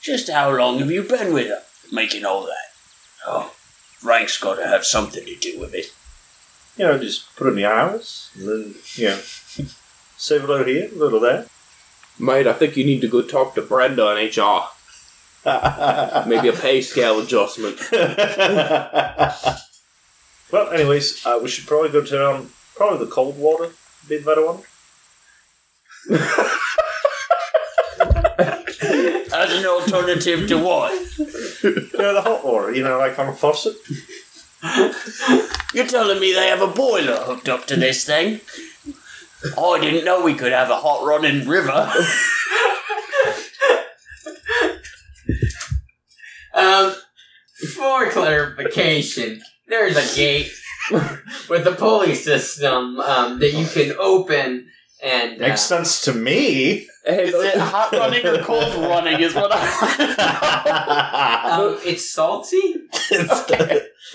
C: Just how long have you been with her? Making all that. Oh, rank's got to have something to do with it.
B: You know, just put in the hours and then you know save a little here, a little there.
D: Mate, I think you need to go talk to Brenda in HR. Maybe a pay scale adjustment.
B: well, anyways, uh, we should probably go to um, probably the cold water. would Be the better one.
C: As an alternative to what?
B: You know, the hot water. You know, like on a faucet.
C: You're telling me they have a boiler hooked up to this thing? I didn't know we could have a hot running river.
A: Um, for clarification, there's a gate with a pulley system um, that you can open and. uh,
B: Makes sense to me.
D: Hey,
F: Is it hot running or cold running? Is what I.
A: um, it's salty?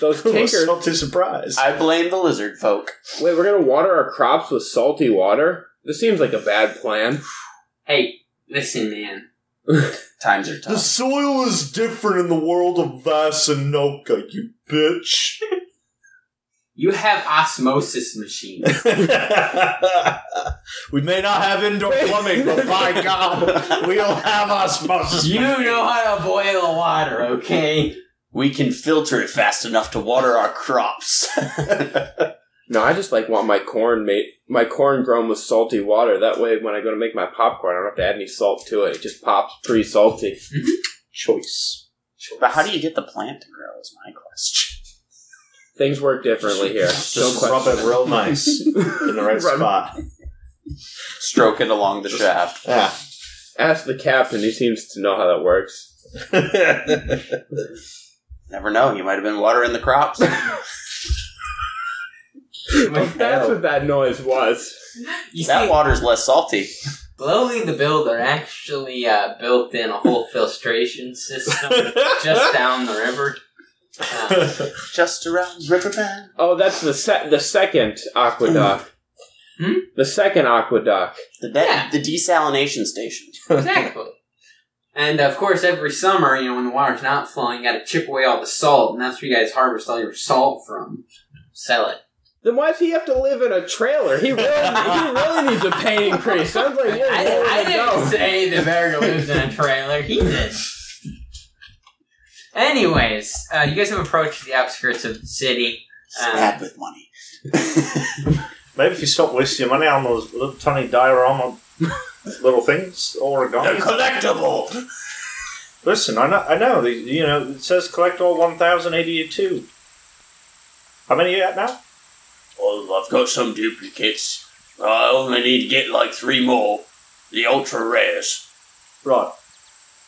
D: those tinkers.
B: too surprised.
F: I blame the lizard folk.
D: Wait, we're gonna water our crops with salty water? This seems like a bad plan.
A: Hey, listen, man.
F: Times
A: Uh-huh.
F: are tough.
B: soil is different in the world of Vasanoka, you bitch.
A: You have osmosis machines.
B: we may not have indoor plumbing, but by God, we'll have osmosis.
A: you know how to boil water, okay?
F: We can filter it fast enough to water our crops.
D: No, I just like want my corn made my corn grown with salty water. That way when I go to make my popcorn, I don't have to add any salt to it. It just pops pretty salty.
B: choice.
F: Mm-hmm. but how do you get the plant to grow? Is my question.
D: Things work differently here. No
B: Just rub
D: question.
B: it real nice in the right
D: Rub-
B: spot.
F: Stroke it along the shaft.
B: Yeah.
D: Ask the captain, he seems to know how that works.
F: Never know. You might have been watering the crops.
D: That's what that noise was.
A: You
F: that
A: see,
F: water's less salty.
A: Slowly the Builder actually uh, built in a whole filtration system just down the river. Uh,
F: Just around Riverbend.
D: Oh, that's the se- the second aqueduct.
A: Hmm?
D: The second aqueduct.
F: The, de-
A: Yeah.
F: the desalination station.
A: exactly. And of course, every summer, you know, when the water's not flowing, you got to chip away all the salt, and that's where you guys harvest all your salt from. Sell it.
D: Then why does he have to live in a trailer? He really, he really needs a pay increase. Sounds like you're
A: I, I
D: rolling
A: didn't
D: dough.
A: say the bear lives in a trailer. He did. Anyways, uh, you guys have approached the outskirts of the city.
F: It's
A: Um,
F: bad with money.
B: Maybe if you stop wasting your money on those little tiny diorama little things all are
C: The
B: gone.
C: collectible!
B: Listen, I know, I know. the- You know, it says collect all 1,082. How many you at now?
C: Well, I've got some duplicates. I only need to get like three more. The ultra rares.
B: Right.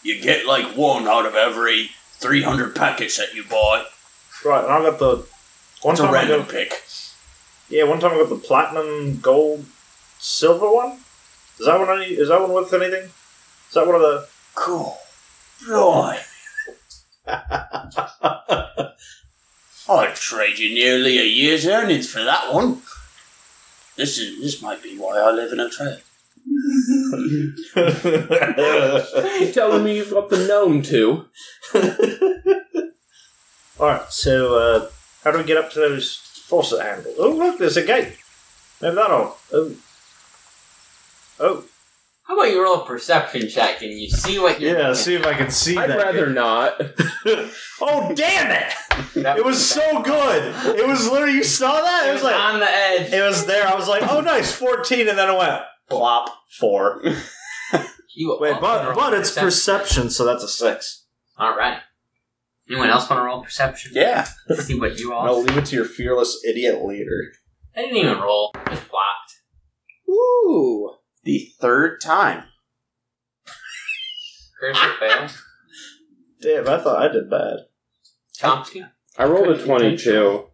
C: You get like one out of every 300 packets that you buy.
B: Right, and I got the... One
C: It's a
B: time I
C: random
B: got,
C: pick.
B: yeah, one time I got the platinum, gold, silver one. Is that one? Any, is that one worth anything? Is that one of the?
C: Cool. Right. I'd trade you nearly a year's earnings for that one. This is this might be why I live in a trailer.
D: You're telling me you've got the gnome too?
B: All right. So, uh, how do we get up to those faucet handles? Oh, look, there's a gate. Maybe that on. Oh. Oh.
A: How about you roll a perception check and you see what you're
G: Yeah, see if I can see
D: I'd
G: that.
D: rather not.
G: oh damn it!
A: That
G: It was so good. It was literally you saw that. It was like
A: on the edge.
G: it was there. I was like, oh nice, fourteen, and then it went plop four.
A: You
G: Wait,
A: also
G: but
A: roll
G: but it's
A: perception.
G: perception, so that's a six.
A: All right. Anyone else want to roll perception?
F: Yeah.
A: See what you all.
H: I'll leave it to your fearless idiot leader.
A: I didn't even roll. Just blocked.
F: Woo! The third time.
A: Critical fail.
B: Damn, I thought I did bad.
A: Chomsky.
D: I rolled a 22.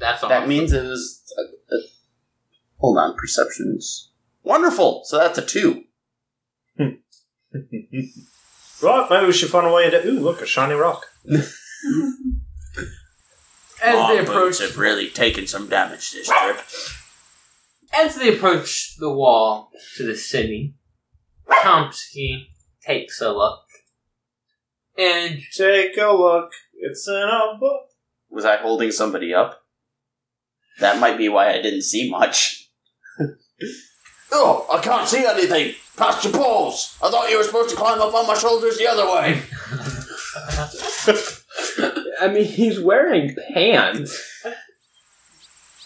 A: That's all.
F: That means it is. A, a, hold on, perceptions. Wonderful. So that's a two.
B: Right, maybe we should find a way into. Ooh, look, a shiny rock.
F: Oh,
A: as
C: My
A: they
C: boots
A: approach
C: have really taken some damage this trip.
A: As they approach the wall to the city, Chomsky takes a look. And
B: Take a look. It's in a book.
F: Was I holding somebody up? That might be why I didn't see much.
C: Oh, I can't see anything. Past your balls. I thought you were supposed to climb up on my shoulders the other way.
D: I mean, he's wearing pants.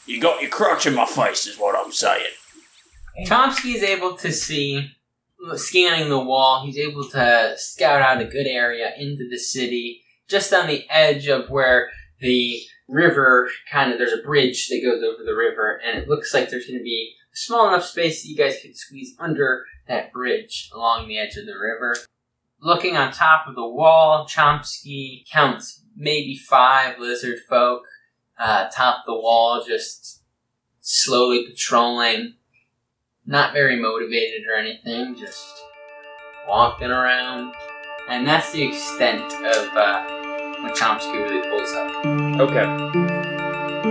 C: You got your crotch in my face, is what I'm saying.
A: Chomsky is able to see, scanning the wall, he's able to scout out a good area into the city, just on the edge of where the river kind of, there's a bridge that goes over the river, and it looks like there's going to be a small enough space that you guys could squeeze under that bridge along the edge of the river. Looking on top of the wall, Chomsky counts maybe five lizard folk uh, top the wall, just slowly patrolling not very motivated or anything, just walking around. And that's the extent of uh, what Chomsky really pulls up.
D: Okay.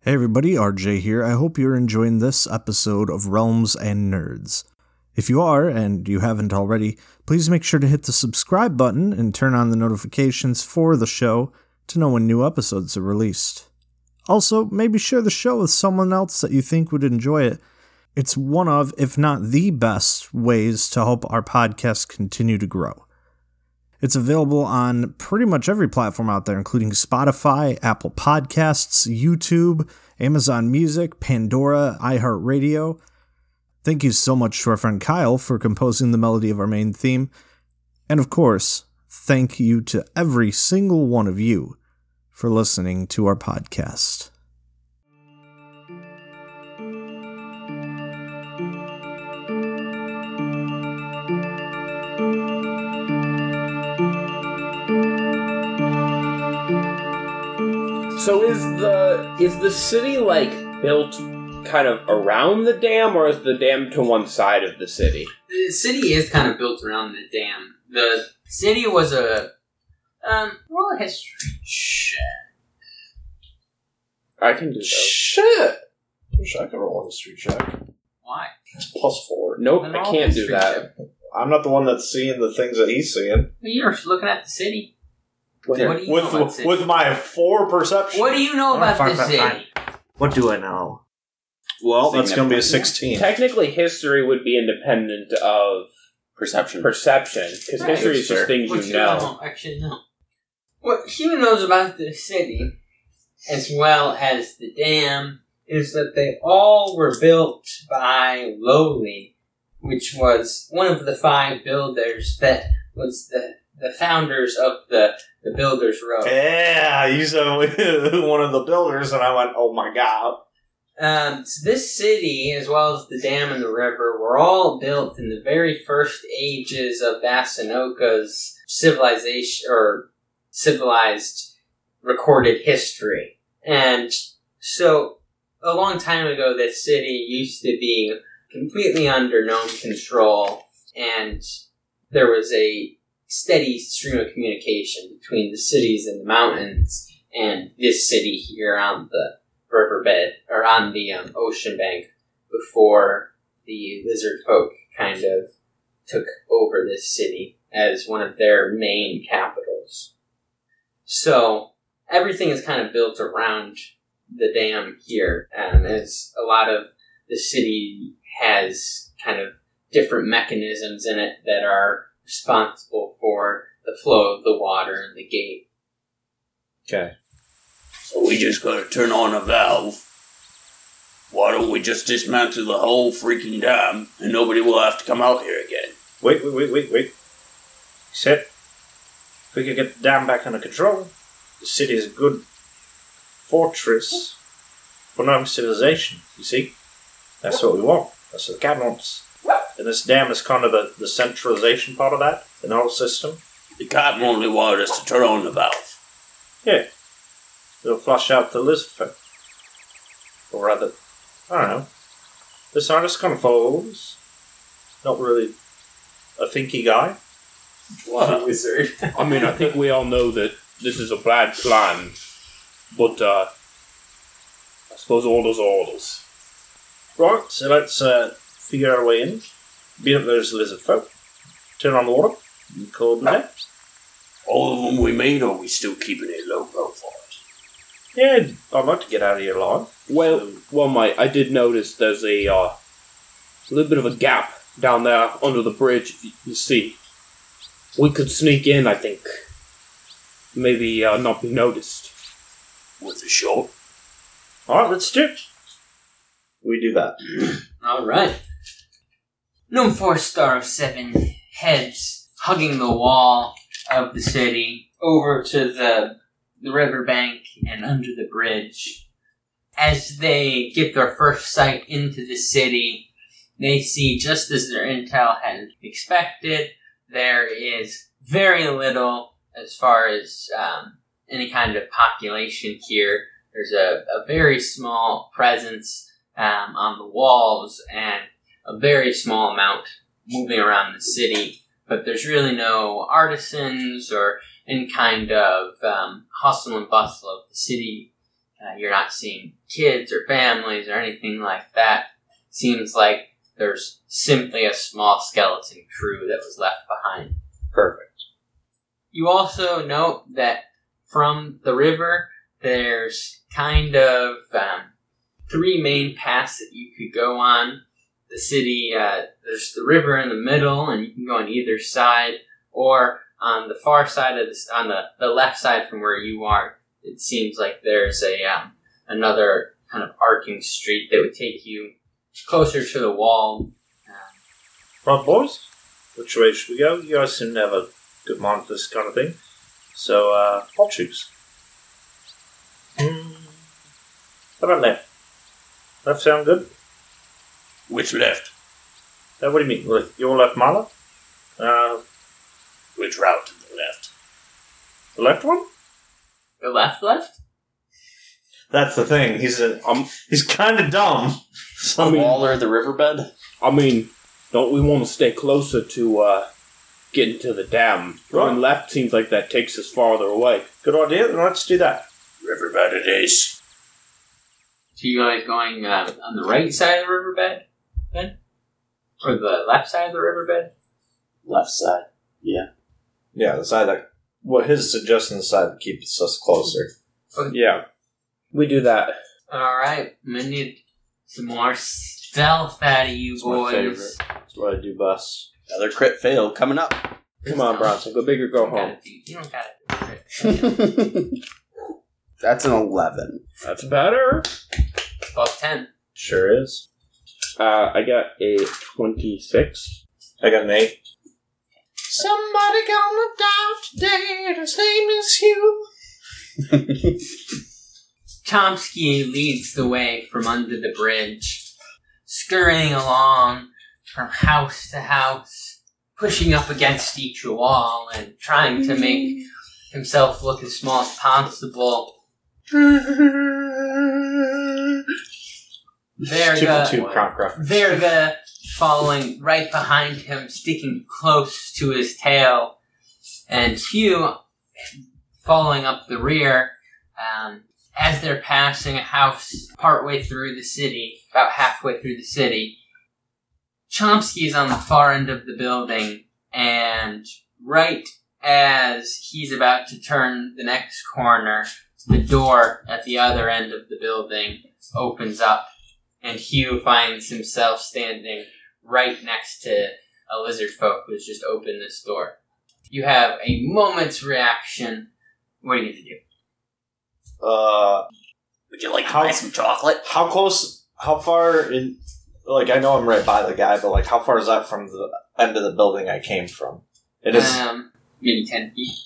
I: Hey everybody, RJ here. I hope you're enjoying this episode of Realms and Nerds. If you are, and you haven't already, please make sure to hit the subscribe button and turn on the notifications for the show to know when new episodes are released. Also, maybe share the show with someone else that you think would enjoy it. It's one of, if not the best, ways to help our podcast continue to grow. It's available on pretty much every platform out there, including Spotify, Apple Podcasts, YouTube, Amazon Music, Pandora, iHeartRadio. Thank you so much to our friend Kyle for composing the melody of our main theme. And of course, thank you to every single one of you for listening to our podcast.
D: So is the is the city like built kind of around the dam or is the dam to one side of the city?
A: The city is kind of built around the dam. The city was a um roll a history check.
D: I can do that.
H: Shit! Wish I could roll a history check.
A: Why?
H: It's plus four.
D: Nope,
A: Then
D: I
A: roll a
D: can't do
A: history
D: that.
H: I'm not the one that's seeing the things that he's seeing.
A: Well, You're looking at the city.
D: What-
A: What do you know about the
G: With
A: city?
G: with my four perception.
A: what do you know
B: I'm gonna
A: about
B: find
A: the
B: that
A: city?
B: fine. What do I know?
H: Well, that's going to be a 16.
F: Significant.
D: Technically, history would be independent of
F: Perception.
D: perception because
A: Right,
D: history is
F: sure.
D: just things
A: Which
D: you know.
A: don't actually know. What Hugh knows about the city, as well as the dam, is that they all were built by Lowly, which was one of the five builders that was the, the founders of the, the Builders Road.
H: Yeah, you said one of the builders, and I went, oh my god.
A: Um, so this city, as well as the dam and the river, were all built in the very first ages of Vassanoka's civilization or civilized recorded history. And so, a long time ago, this city used to be completely under gnome control, and there was a steady stream of communication between the cities and the mountains and this city here on the riverbed or on the um, ocean bank before the lizard folk kind of took over this city as one of their main capitals. So everything is kind of built around the dam here, um, as a lot of the city has kind of different mechanisms in it that are responsible for the flow of the water and the gate.
H: Okay.
C: So we just gotta turn on a valve. Why don't we just dismantle the whole freaking dam and nobody will have to come out here again?
B: Wait, wait, wait, wait, wait. Except, if we could get the dam back under control, the city is a good fortress for non civilization, you see? That's what we want. That's what the cat wants. And this dam is kind of the, the centralization part of that, in the whole system.
C: The captain only wanted us to turn on the valve.
B: Yeah. It'll flush out the lizard folk. Or rather, I don't know. This artist kind of follows. Not really a thinky guy.
C: What?
A: Wizard.
D: I mean, I think we all know that this is a bad plan, but uh, I suppose orders are orders.
B: Right, so let's uh, figure our way in. Beat up those lizard folk. Turn on the water. And coordinate.
C: All of them we made, or are we still keeping it low profile?
B: Yeah, I'd like to get out of here alive.
D: Well, well, mate, I did notice there's a uh, little bit of a gap down there under the bridge. if You you see, we could sneak in. I think maybe uh, not be noticed.
C: With the shot?
B: Alright, let's do it.
H: We do that.
A: All right. Gnome Four Star of Seven heads hugging the wall of the city over to the the riverbank and under the bridge. As they get their first sight into the city, they see just as their intel had expected, there is very little as far as um, any kind of population here. There's a, a very small presence um, on the walls and a very small amount moving around the city. But there's really no artisans or any kind of um, hustle and bustle of the city. Uh, you're not seeing kids or families or anything like that. Seems like there's simply a small skeleton crew that was left behind.
B: Perfect.
A: You also note that from the river, there's kind of um, three main paths that you could go on. The city, uh, there's the river in the middle, and you can go on either side, or on the far side of this, on the, the left side from where you are. It seems like there's a um, another kind of arcing street that would take you closer to the wall. Um,
B: Right, boys? Which way should we go? You guys seem to have a good mind for this kind of thing. So, uh, I'll choose. Hmm. How about left? Left sound good?
C: Which left?
B: Uh, what do you mean? Like, Your left, my left? Uh,
C: Which route to the left?
B: the left one?
A: the left, left.
H: That's the thing. He's a,
D: Um,
H: he's kind of dumb.
D: I mean,
F: Wall or the riverbed?
D: I mean, don't we want to stay closer to uh, getting to the dam?
B: Right.
D: Going left seems like that takes us farther away.
B: Good idea, then let's do that.
C: Riverbed it is.
A: So you guys going uh, on the right side of the riverbed, then, or the left side of the riverbed?
F: Left side.
H: Yeah, the side that. Well, his suggestion is the side that keeps us closer.
D: Yeah, we do that.
A: All right, I'm gonna need some more stealth out of you
B: It's my
A: boys.
B: That's what I do best.
F: Another crit fail coming up.
D: Come on, Bronson. Go big or
A: You
D: go
A: don't
D: home.
A: gotta do- You don't gotta do it.
F: That's an 11.
D: That's better.
A: Above ten.
B: Sure is.
D: Uh, I got a 26.
B: I got an eight.
H: Somebody gonna die today, and his name is Hugh.
A: Chomsky leads the way from under the bridge, scurrying along from house to house, pushing up against each wall and trying to make himself look as small as possible. Verga,
B: Two crop rough.
A: Verga following right behind him, sticking close to his tail, and Hugh following up the rear. Um, as they're passing a house partway through the city, about halfway through the city, Chomsky's on the far end of the building, and right as he's about to turn the next corner, the door at the other end of the building opens up and Hugh finds himself standing right next to a lizard folk who's just opened this door. You have a moment's reaction. What are you gonna do?
B: Uh,
C: Would you like to
B: How-
C: buy some chocolate?
B: how close? How far in? Like I know I'm right by the guy, but like how far is that from the end of the building I came from? It is
A: Um, maybe ten feet.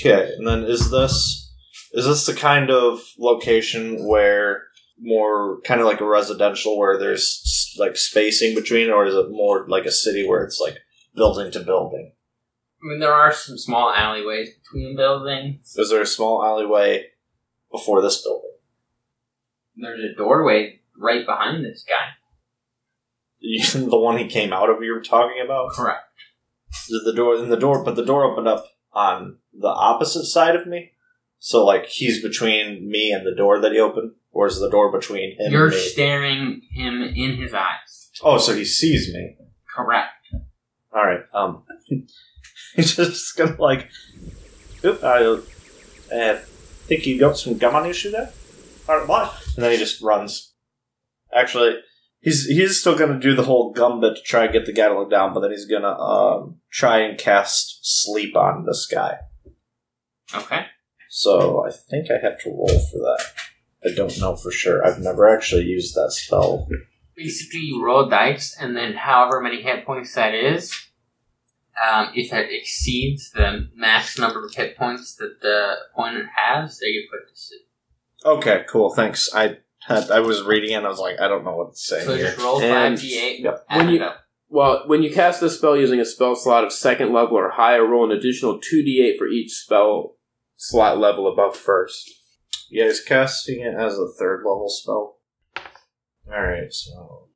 B: Okay, and then is this is this the kind of location where more kind of like a residential where there's s- like spacing between, or is it more like a city where it's like building to building?
A: I mean, there are some small alleyways between buildings.
B: Is there a small alleyway before this building?
A: There's a doorway right behind this guy.
B: the one he came out of, you were talking about
A: Correct.
B: the the door, and the door, but the door opened up on the opposite side of me. So like he's between me and the door that he opened, or is the door between him
A: You're
B: and me?
A: staring him in his eyes.
B: Oh, so he sees me.
A: Correct.
B: All right. Um, he's just gonna like. Oop, I uh, think you got some gum on your shoe there. All right, bye. And then he just runs. Actually, he's he's still gonna do the whole gum bit to try and get the guy to look down, but then he's gonna um, try and cast sleep on this guy.
A: Okay.
B: So I think I have to roll for that. I don't know for sure. I've never actually used that spell.
A: Basically, you roll dice, and then however many hit points that is, um, if it exceeds the max number of hit points that the opponent has, they get put to sleep.
B: Okay, cool. Thanks. I had, I was reading it. and I was like, I don't know what it's saying
A: So
B: here.
A: just roll
D: And-
A: five d eight.
B: Yep.
D: When you- Well, when you cast the spell using a spell slot of second level or higher, roll an additional 2d8 for each spell slot level above first.
B: Yeah, he's casting it as a third level spell. Alright, so.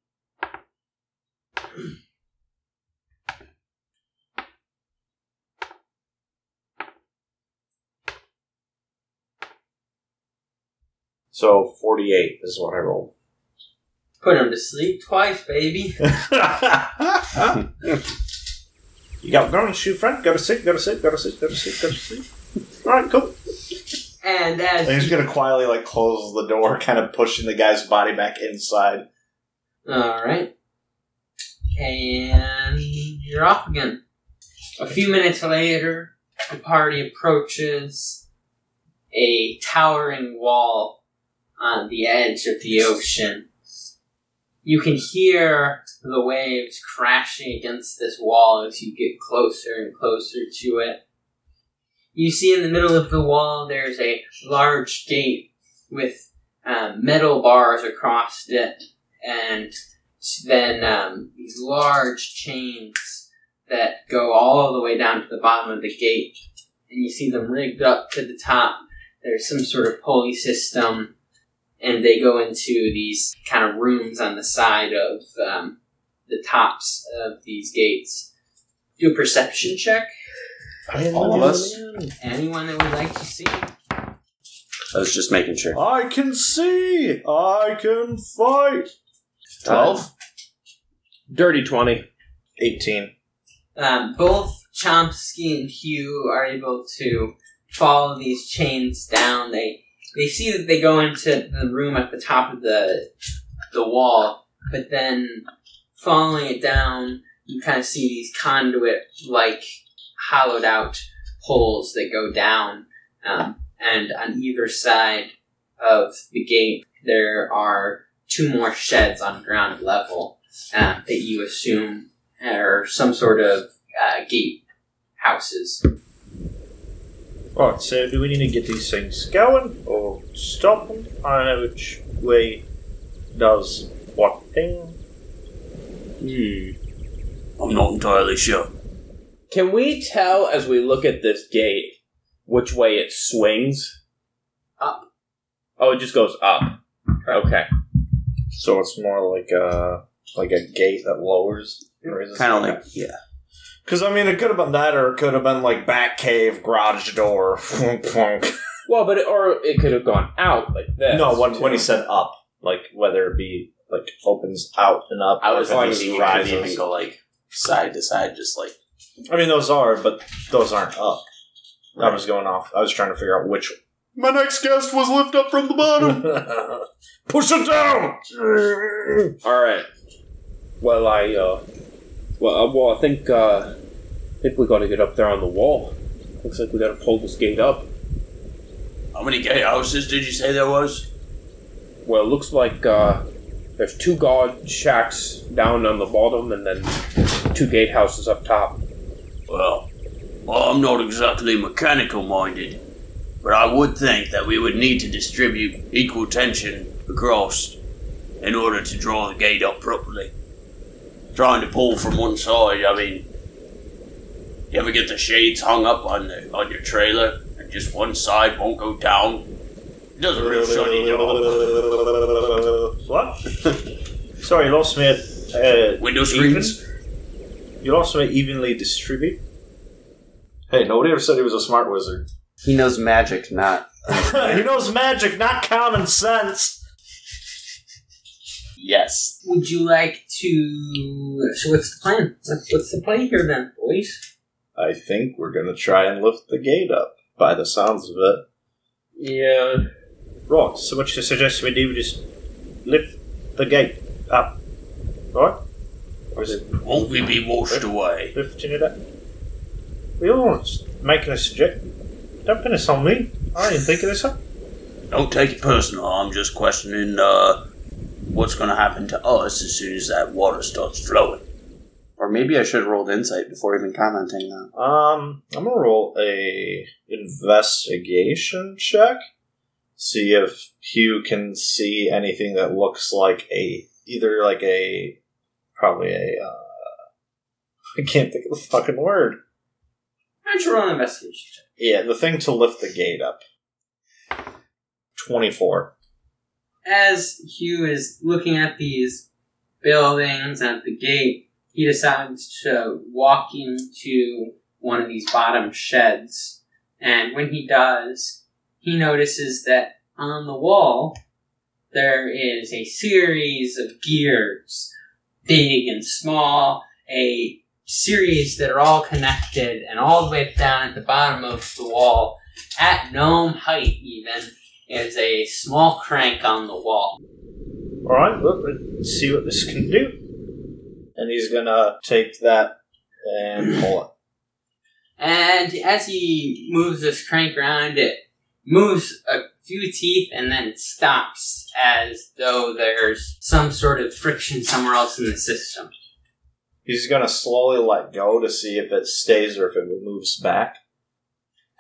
B: So, 48 is what I rolled.
A: Put him to sleep twice, baby.
B: you got going, shoe friend. Go to sleep, go to sleep, go to sleep, go to sleep, go to sleep. Alright, cool.
A: And
B: And he's
A: as
B: gonna quietly, like, close the door, kind of pushing the guy's body back inside.
A: all right, and you're off again. A few minutes later, the party approaches a towering wall on the edge of the ocean. You can hear the waves crashing against this wall as you get closer and closer to it. You see in the middle of the wall there's a large gate with um, metal bars across it, and then um, these large chains that go all the way down to the bottom of the gate. And you see them rigged up to the top. There's some sort of pulley system, and they go into these kind of rooms on the side of um, the tops of these gates. Do a perception check.
F: All of us?
A: Anyone that would like to see.
F: I was just making sure.
B: I can see! I can fight!
F: 12?
D: Dirty 20.
B: 18.
A: Um, both Chomsky and Hugh are able to follow these chains down. They They see that they go into the room at the top of the the wall, but then following it down, you kind of see these conduit like hollowed out holes that go down, um, and on either side of the gate there are two more sheds on ground level um, that you assume are some sort of uh, gate houses.
B: Right, so do we need to get these things going or stop them? I don't know which way does what thing.
C: I'm not entirely sure.
D: Can we tell as we look at this gate which way it swings?
A: Up.
D: Oh, it just goes up. Okay.
B: So it's more like a like a gate that lowers.
F: Kind of like, yeah.
H: Because I mean, it could have been that, or it could have been like back cave, garage door. no,
D: Well, but it, or it could have gone out like this.
B: too.
H: when, when he said up,
B: like whether it be like opens out and up.
F: I was
B: or if it
F: thinking
B: just
F: you could even go like side to side, just like
B: I mean, those are, but those aren't up. I was going off. I was trying to figure out which.
H: my next guest was lifted up from the bottom.
B: Push it down.
D: All right. Well, I uh, well, uh, well, I think uh, I think we got to get up there on the wall. Looks like we got to pull this gate up.
C: How many gatehouses did you say there was?
D: Well, it looks like uh, there's two guard shacks down on the bottom, and then two gatehouses up top.
C: Well, well, I'm not exactly mechanical minded, but I would think that we would need to distribute equal tension across in order to draw the gate up properly. Trying to pull from one side, I mean, you ever get the shades hung up on the on your trailer and just one side won't go down? It does a real shoddy job.
B: What? Sorry, you lost me at. Uh,
C: Window screens?
B: you lost me at evenly distribute.
H: hey, nobody ever said he was a smart wizard.
F: He knows magic, not
H: he knows magic, not common sense.
F: yes.
A: Would you like to? So what's the plan? What's what's the plan here then, boys?
B: I think we're gonna try and lift the gate up. By the sounds of it.
D: Yeah.
B: Right. So what you suggest we do? We just lift the gate up. Right. Or is it
C: Won't we be washed away?
B: lifting it up? We all just making a suggestion. Don't pin this on me. I didn't think of this up.
C: Don't take it personal. I'm just questioning uh, what's going to happen to us as soon as that water starts flowing.
F: Or maybe I should have rolled insight before even commenting that.
B: Um, I'm gonna roll a investigation check. See if Hugh can see anything that looks like a either like a probably a uh, I can't think of the fucking word.
A: Why don't you roll an investigation check?
B: Yeah, the thing to lift the gate up. Twenty four.
A: As Hugh is looking at these buildings at the gate, he decides to walk into one of these bottom sheds. And when he does, he notices that on the wall there is a series of gears, big and small, a series that are all connected, and all the way down at the bottom of the wall, at gnome height even, is a small crank on the wall.
B: All right, well, let's see what this can do. And he's gonna take that and pull it.
A: And as he moves this crank around, it moves a few teeth and then stops as though there's some sort of friction somewhere else in the system.
B: He's gonna slowly let go to see if it stays or if it moves back.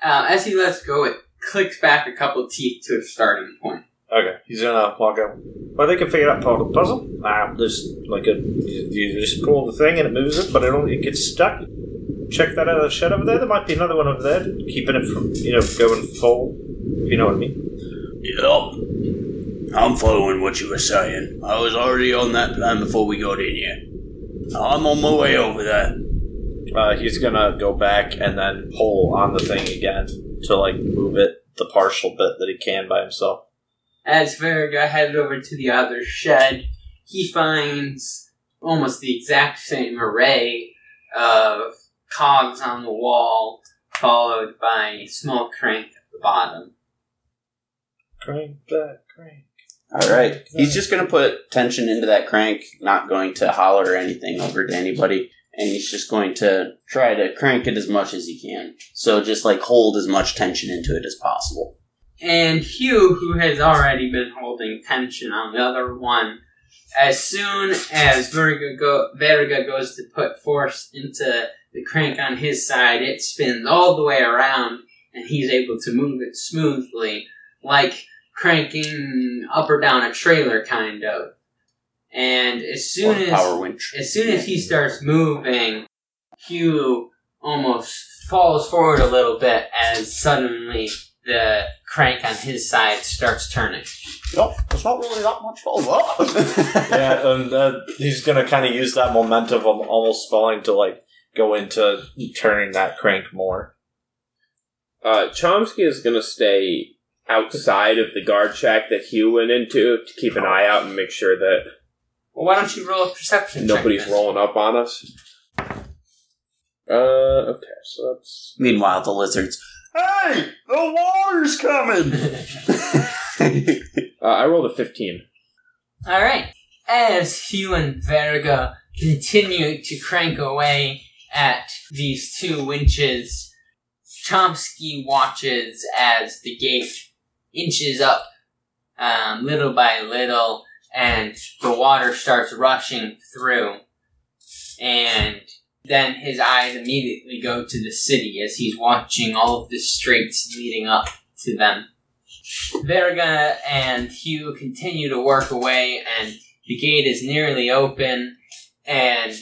A: Uh, as he lets go, it clicks back a couple teeth to its starting point.
B: Okay, he's gonna walk up. Well, they can figure out part of the puzzle. Nah, there's like a you, you just pull the thing and it moves it, but it only it gets stuck. Check that other shed over there. There might be another one over there, keeping it from you know going full. If you know what I mean.
C: Yup. I'm following what you were saying. I was already on that plan before we got in here. I'm on my way over there.
B: Uh, he's gonna go back and then pull on the thing again to like move it the partial bit that he can by himself.
A: As Verga headed over to the other shed, he finds almost the exact same array of cogs on the wall, followed by a small crank at the bottom.
B: Crank that crank.
F: All right. He's just going to put tension into that crank, not going to holler or anything over to anybody. And he's just going to try to crank it as much as he can. So just like hold as much tension into it as possible.
A: And Hugh, who has already been holding tension on the other one, as soon as Verga, go, Verga goes to put force into the crank on his side, it spins all the way around, and he's able to move it smoothly, like cranking up or down a trailer, kind of. And as
F: Or
A: soon as
F: power winch.
A: as soon as he starts moving, Hugh almost falls forward a little bit as suddenly the crank on his side starts turning.
F: Nope, it's not really that much further.
H: yeah, and uh, he's gonna kind of use that momentum of almost falling to like go into turning that crank more.
D: Uh, Chomsky is going to stay outside of the guard shack that Hugh went into to keep an eye out and make sure that
A: Well, why don't you roll a perception
D: nobody's
A: check? then?
D: rolling up on us. Uh, okay, so that's
F: Meanwhile, the lizards. Hey, the water's coming.
D: uh, I rolled a fifteen.
A: All right. As Hugh and Verga continue to crank away at these two winches, Chomsky watches as the gate inches up um, little by little and the water starts rushing through. And then his eyes immediately go to the city as he's watching all of the streets leading up to them. Verga and Hugh continue to work away, and the gate is nearly open. And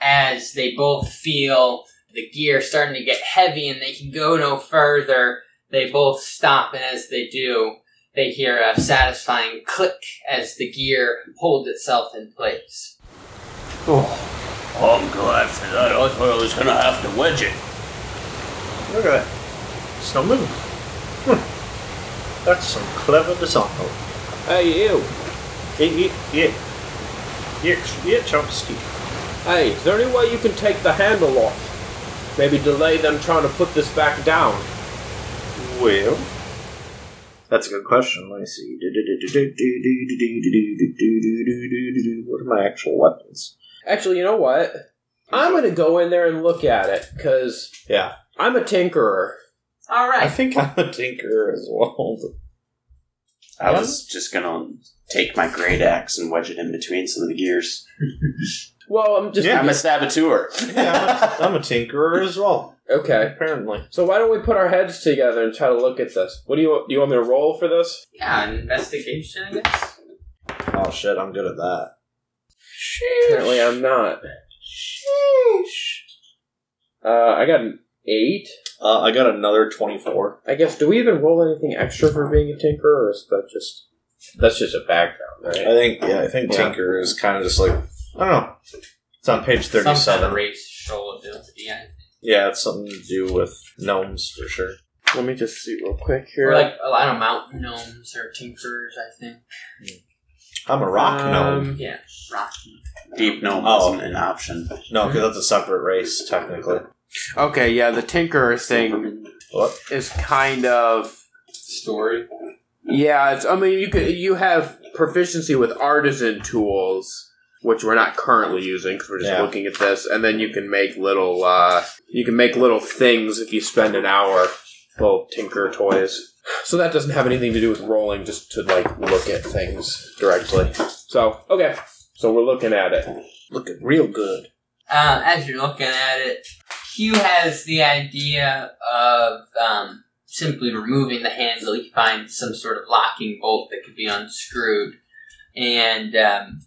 A: as they both feel the gear starting to get heavy and they can go no further, they both stop. And as they do, they hear a satisfying click as the gear holds itself in place.
C: I'm glad for that. I thought I was gonna have to wedge it.
B: Look at that. It's not moving. Hmm. That's some clever design.
D: Hey you!
B: Yeah, yeah, yeah. Yeah, yeah, Chomsky.
D: Hey, is there any way you can take the handle off? Maybe delay them trying to put this back down.
B: Well, that's a good question. Let me see. What are my actual weapons?
D: Actually, you know what? I'm gonna go in there and look at it because
B: Yeah.
D: I'm a tinkerer.
A: All
B: I
A: right.
B: think I'm a tinker as well.
F: I was just gonna take my great axe and wedge it in between some of the gears.
D: Well, I'm just
B: Yeah,
F: I'm a saboteur.
B: Yeah, I'm a tinkerer as well.
D: okay.
B: Apparently.
D: So why don't we put our heads together and try to look at this? What do you do? You want me to roll for this?
A: Yeah, investigation, I guess.
B: Oh shit, I'm good at that.
D: Apparently, I'm not. Uh, I got an eight.
B: Uh, I got another 24.
D: I guess. Do we even roll anything extra for being a tinkerer, or is that just that's just a background,
B: I
D: right?
B: think, yeah, I think
D: Yeah.
B: tinker is kind of just like, I don't know. It's on page
A: Some kind
B: 37.
A: of racial ability. I
B: Yeah, it's something to do with gnomes for sure.
D: Let me just see real quick
A: Or
D: here.
A: like a lot of mountain gnomes or tinkerers, I think.
B: I'm a rock gnome.
D: Um,
A: Yeah, rock.
F: Deep gnome
B: Oh.
F: isn't an option.
B: No, because that's a separate race, technically.
J: Okay, yeah, the tinkerer thing
B: What?
J: is kind of
A: Story.
J: yeah. It's I mean you could you have proficiency with artisan tools, which we're not currently using because we're just
B: Yeah.
J: looking at this, and then you can make little uh, you can make little things if you spend an hour,
D: little tinker toys. So that doesn't have anything to do with rolling, just to like look at things directly. So okay, so we're looking at it.
B: Looking real good.
A: um, as you're looking at it, Hugh has the idea of um, simply removing the handle. He finds some sort of locking bolt that could be unscrewed. And um,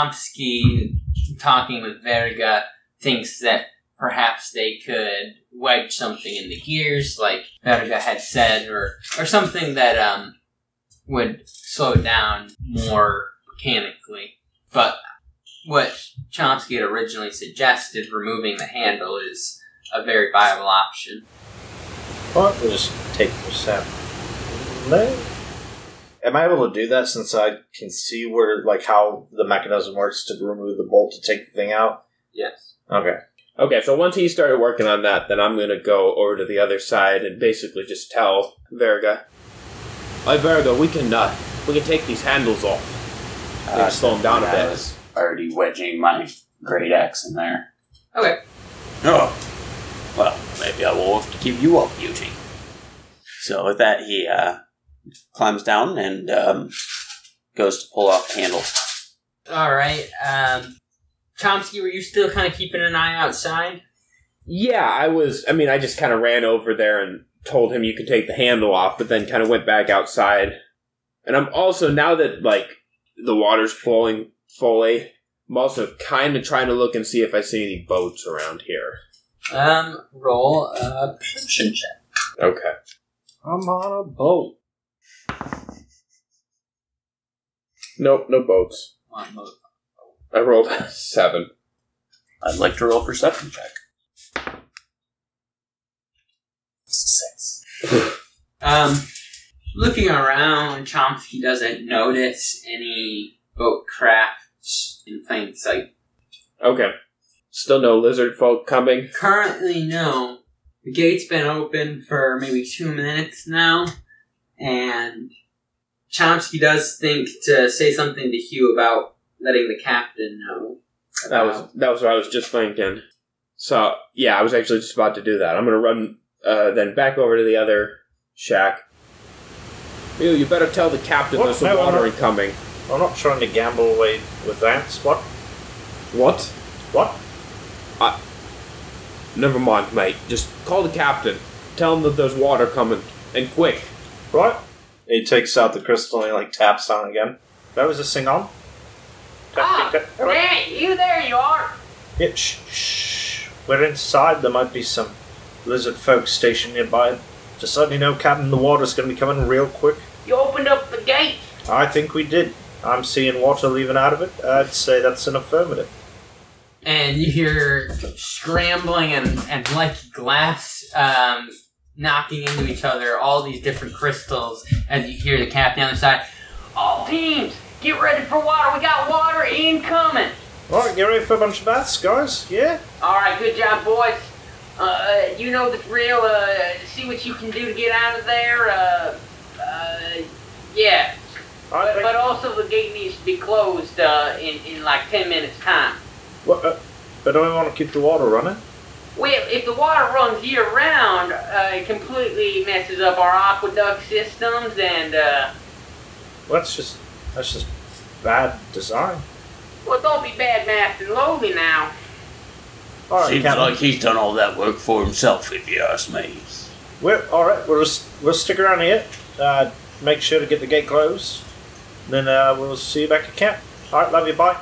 A: Chomsky, talking with Verga, thinks that perhaps they could wedge something in the gears, like Verga had said, or, or something that um, would slow it down more mechanically. But what Chomsky had originally suggested, removing the handle is a very viable option.
B: Well, we'll just take the sap. Am I able to do that since I can see where, like, how the mechanism works to remove the bolt to take the thing out?
A: Yes.
B: Okay.
D: Okay, so once he started working on that, then I'm gonna go over to the other side and basically just tell Verga, Hey Virgo, we can uh, we can take these handles off.
F: Uh,
D: slow him down a
F: I
D: bit.
F: was already wedging my great axe in there.
A: Okay.
F: Oh, well, maybe I will have to give you up, Beauty. So with that, he uh, climbs down and um, goes to pull off the handle.
A: All right. Um, Chomsky, were you still kind of keeping an eye outside?
D: Yeah, I was. I mean, I just kind of ran over there and told him you can take the handle off, but then kind of went back outside. And I'm also now that like the water's flowing fully, I'm also kind of trying to look and see if I see any boats around here.
A: Um, roll a perception check.
D: Okay.
G: I'm on a boat.
D: Nope, no boats.
A: Come on,
D: I rolled a seven.
F: I'd like to roll perception check. Six.
A: Um, looking around, Chomsky doesn't notice any boat crafts in plain sight.
D: Okay. Still no lizard folk coming.
A: Currently, no. The gate's been open for maybe two minutes now, and Chomsky does think to say something to Hugh about letting the captain know.
D: That
A: about-
D: was that was what I was just thinking. So yeah, I was actually just about to do that. I'm gonna run uh, then back over to the other shack. Ew, you better tell the captain
G: What?
D: there's some
G: No, I'm
D: water
G: not-
D: incoming.
G: I'm not trying to gamble away with ants. What?
D: What?
G: What?
D: Never mind, mate. Just call the captain. Tell him that there's water coming, and quick.
G: Right? He takes out the crystal and he like taps on it again. That was a sing on.
E: Ah, Hey, you there you are.
G: Yeah, shh, shh. We're inside. There might be some lizard folk stationed nearby. Just letting you know, Captain, the water's going to be coming real quick.
E: You opened up the gate.
G: I think we did. I'm seeing water leaving out of it. I'd say that's an affirmative.
A: and you hear scrambling and, and like glass um, knocking into each other, all these different crystals as you hear the captain on the side.
E: All teams, get ready for water. We got water incoming.
G: All right, get ready for a bunch of baths, guys. Yeah?
E: All right, good job, boys. Uh, you know the drill. Uh, see what you can do to get out of there. Uh, uh, yeah,
G: I
E: but,
G: think.
E: but also the gate needs to be closed uh, in in like ten minutes time.
G: What, uh, but do we want to keep the water running?
E: Well, if the water runs year round, uh, it completely messes up our aqueduct systems and. Uh,
G: Well, that's just that's just bad design.
E: well, don't be bad mouthing Logan now.
G: All right,
C: Seems
G: Captain.
C: like he's done all that work for himself, if you ask me.
G: We're, all right, we'll just, we'll stick around here. Uh, make sure to get the gate closed. Then uh, we'll see you back at camp. All right, love you. Bye.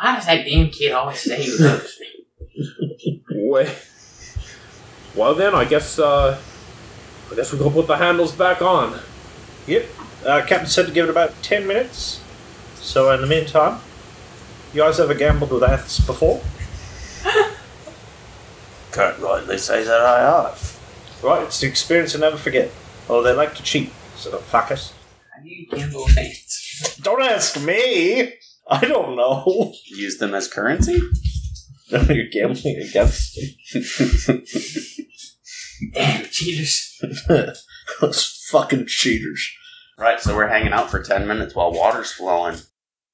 E: Why does that damn kid always say he loves me?
D: Wait. Well then, I guess uh, I guess we will put the handles back on.
G: Yep. Uh, Captain said to give it about ten minutes. So in the meantime, you guys ever gambled with ants before?
C: Can't rightly say that I have.
G: Right, it's an experience to never forget. Oh, they like to cheat, so don't fuck us.
A: How do you gamble fans?
G: Don't ask me. I don't know.
F: Use them as currency?
G: no, you're gambling against me.
A: Damn cheaters.
G: Those fucking cheaters.
F: Right, so we're hanging out for 10 minutes while water's flowing.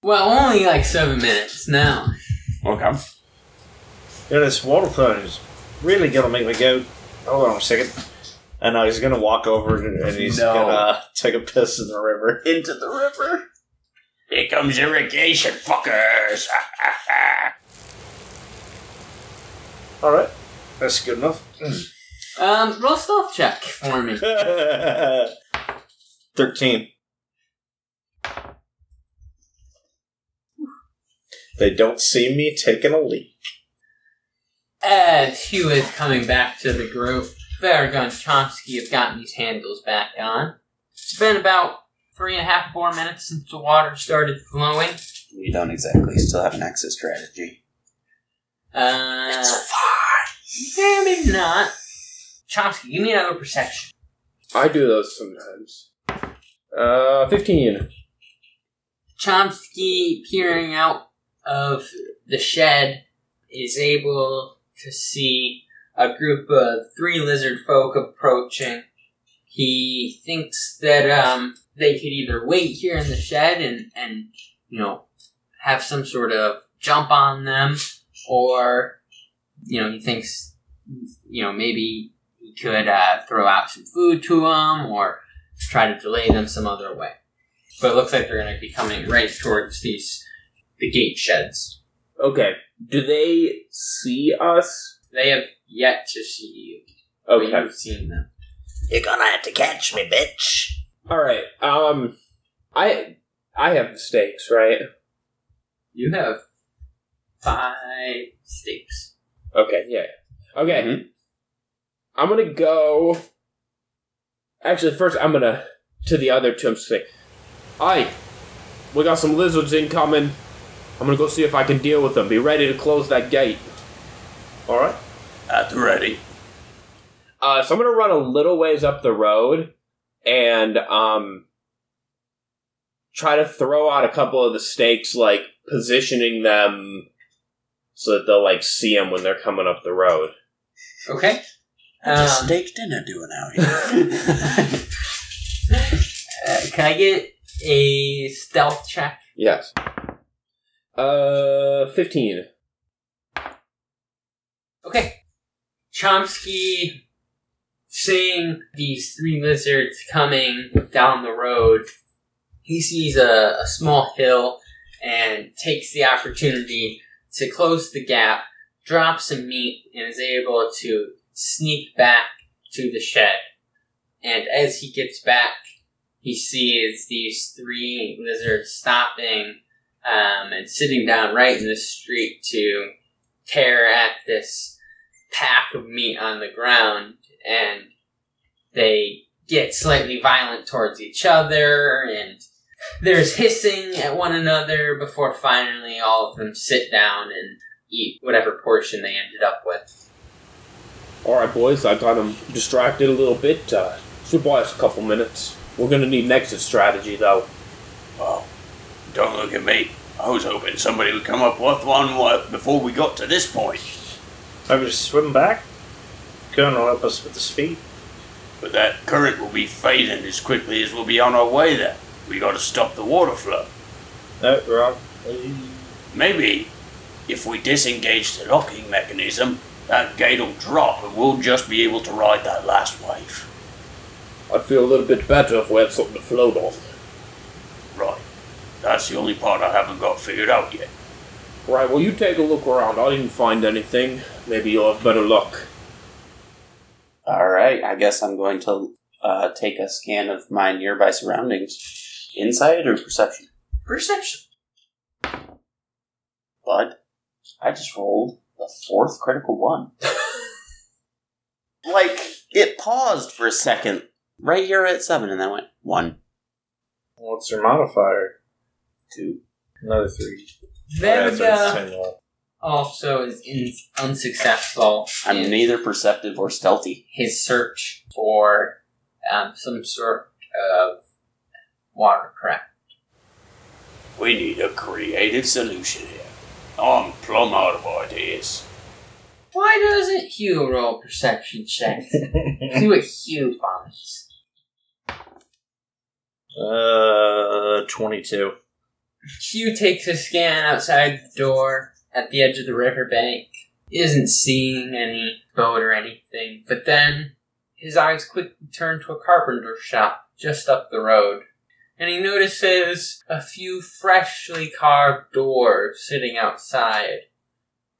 A: Well, only like seven minutes now.
F: Okay.
G: Yeah, this water fountain is really gonna make me go. Hold on a second. I know he's gonna walk over and and he's
F: No.
G: gonna take a piss in the river.
F: Into the river?
C: Here comes irrigation, fuckers!
G: All right, that's good enough.
A: Um, roll stealth check for me.
G: Thirteen. They don't see me taking a leak.
A: As Hugh is Uh, coming back to the group, Farragut and Chomsky have gotten these handles back on. It's been about three and a half, four minutes since the water started flowing.
F: We don't exactly still have an exit strategy.
A: Uh, Yeah, maybe not. Chomsky, give me another perception.
D: I do those sometimes. Uh, fifteen.
A: Chomsky, peering out of the shed, is able to see a group of three lizard folk approaching. He thinks that um, they could either wait here in the shed and, and you know have some sort of jump on them, or you know he thinks you know maybe he could uh, throw out some food to them or try to delay them some other way. But it looks like they're going to be coming right towards these the gate sheds.
D: Okay. Do they see us?
A: They have yet to see you. but
D: Okay.
A: you've seen them.
G: You're gonna have to catch me, bitch.
D: All right. Um, I I have the stakes, right?
A: You have five stakes.
D: Okay. Yeah. Okay. I'm gonna go. Actually, first I'm gonna to the other tombstick. I, we got some lizards incoming. I'm gonna go see if I can deal with them. Be ready to close that gate. All right.
C: At the ready.
D: Uh, so I'm gonna run a little ways up the road and um try to throw out a couple of the stakes, like positioning them so that they'll like see them when they're coming up the road.
A: Okay. Um,
C: What's a steak dinner doing out here?
A: uh, can I get a stealth check?
D: Yes. Uh, fifteen.
A: Okay. Chomsky seeing these three lizards coming down the road, he sees a, a small hill and takes the opportunity to close the gap, drop some meat, and is able to sneak back to the shed. And as he gets back, he sees these three lizards stopping um, and sitting down right in the street to tear at this pack of meat on the ground and they get slightly violent towards each other and there's hissing at one another before finally all of them sit down and eat whatever portion they ended up with.
D: All right, boys. I got them distracted a little bit. Uh, should buy us a couple minutes. We're gonna need an exit strategy, though.
C: oh, don't look at me. I was hoping somebody would come up with one wa- before we got to this point.
B: Maybe just swim back. Couldn't help us with the speed.
C: But that current will be fading as quickly as we'll be on our way there. We gotta stop the water flow.
B: No, we're on.
C: Maybe if we disengage the locking mechanism, that gate will drop and we'll just be able to ride that last wave.
D: I feel a little bit better if we had something to float on.
C: Right. That's the only part I haven't got figured out yet.
D: Right. Well, you take a look around. I didn't find anything. Maybe you'll have better luck.
F: All right, I guess I'm going to uh, take a scan of my nearby surroundings. Insight or perception?
A: Perception.
F: Bud, I just rolled the fourth critical one. like, it paused for a second right here at seven, and then went one,
B: What's your modifier?
F: two.
B: Another three.
A: Verga
B: Ten roll.
A: also is in, unsuccessful
F: I'm
A: in
F: neither perceptive or stealthy.
A: his search for um, some sort of watercraft.
C: We need a creative solution here. I'm plumb out of ideas.
A: Why doesn't Hugh roll perception checks? See what Hugh finds.
B: Uh, twenty-two.
A: Hugh takes a scan outside the door at the edge of the riverbank. He isn't seeing any boat or anything, but then his eyes quickly turn to a carpenter shop just up the road, and he notices a few freshly carved doors sitting outside,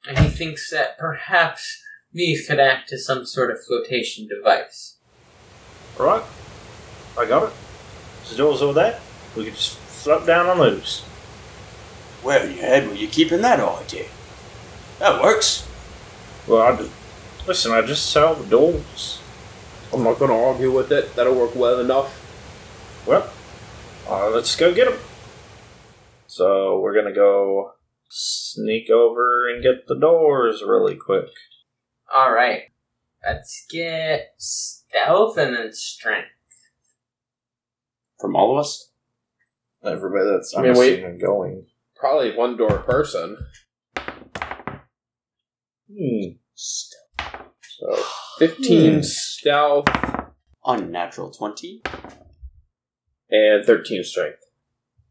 A: and he thinks that perhaps these could act as some sort of flotation device.
B: Right. I got it. The door's over there. We can just float down on those.
C: Where in your head were you keeping that idea? That works.
B: Well, I just, listen. I just saw the doors.
D: I'm not gonna argue with it. That'll work well enough.
B: Well, uh, let's go get them. So we're gonna go sneak over and get the doors really quick.
A: All right, let's get stealth and then strength.
F: From all of us?
B: Everybody that's
D: I mean, wait.
B: assuming going.
D: Probably one door a person.
B: Hmm. So
D: Fifteen stealth.
F: Unnatural 20.
D: and 13 strength.